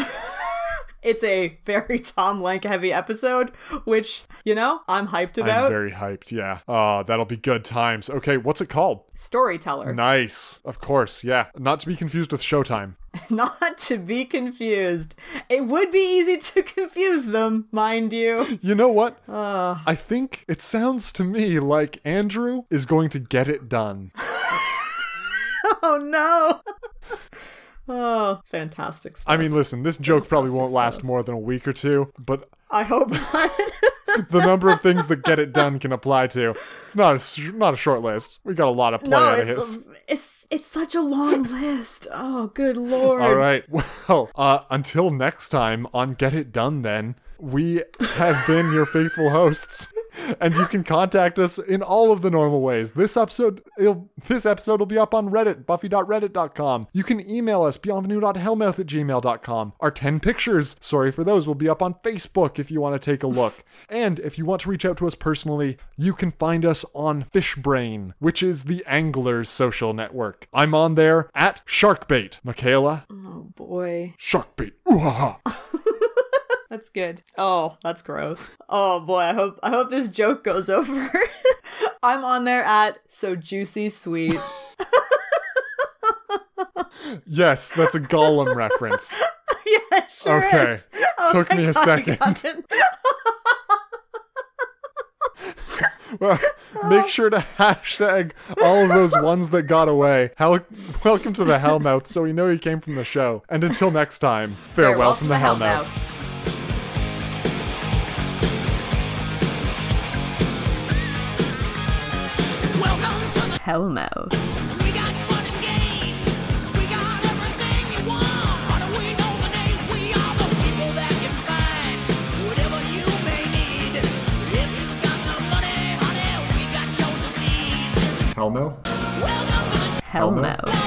Speaker 1: it's a very Tom Lank heavy episode, which, you know, I'm hyped
Speaker 2: I'm
Speaker 1: about.
Speaker 2: very hyped. Yeah. Uh, that'll be good times. Okay. What's it called?
Speaker 1: Storyteller.
Speaker 2: Nice. Of course. Yeah. Not to be confused with Showtime.
Speaker 1: (laughs) Not to be confused. It would be easy to (laughs) confuse them, mind you. (laughs)
Speaker 2: You know what? I think it sounds to me like Andrew is going to get it done.
Speaker 1: Oh no. (laughs) oh, fantastic stuff.
Speaker 2: I mean, listen, this joke probably won't
Speaker 1: Fantastic
Speaker 2: last
Speaker 1: stuff.
Speaker 2: more than a week or two, but
Speaker 1: I hope (laughs)
Speaker 2: (laughs)
Speaker 1: not.
Speaker 2: the number of things that get it done can apply to. It's not a, sh- not a short list. We got a lot of play
Speaker 1: no,
Speaker 2: out of
Speaker 1: it's,
Speaker 2: his.
Speaker 1: it's it's such a long list. Oh, good lord.
Speaker 2: All right. (laughs) Well, uh, until next time on Get It Done, then, we have been your faithful hosts. And you can contact us in all of the normal ways. This episode, it'll, this episode will be up on Reddit, buffy.reddit.com. You can email us, bienvenue.hellmouth at gmail.com. Our 10 pictures, sorry for those, will be up on Facebook if you want to take a look. and if you want to reach out to us personally, you can find us on Fishbrain, which is the angler's social network. I'm on there at Sharkbait. Michaela,
Speaker 1: Oh boy.
Speaker 2: shark bait. Ooh-ha-ha.
Speaker 1: That's good. Oh, that's gross. Oh boy, I hope I hope this joke goes (laughs) over. I'm on there at so juicy
Speaker 2: (laughs)
Speaker 1: sweet.
Speaker 2: Yes, that's a (laughs) Gollum reference.
Speaker 1: yeah, sure
Speaker 2: Okay.
Speaker 1: is. Oh
Speaker 2: Took
Speaker 1: my
Speaker 2: me a
Speaker 1: God, I
Speaker 2: second.
Speaker 1: got
Speaker 2: (laughs)
Speaker 1: it.
Speaker 2: Well, make sure to hashtag all of those ones that got away. Hell, welcome to the Hellmouth, so we know you came from the show. And until next time, farewell, from the, Hellmouth.
Speaker 3: Welcome to the.
Speaker 1: Hellmouth.
Speaker 3: We got fun and games. We got everything you want. How do we know the names? We are the people that can find whatever you may need. If you got no money, honey, we got your disease.
Speaker 2: Hellmouth.
Speaker 3: Welcome to the.
Speaker 2: Hellmouth.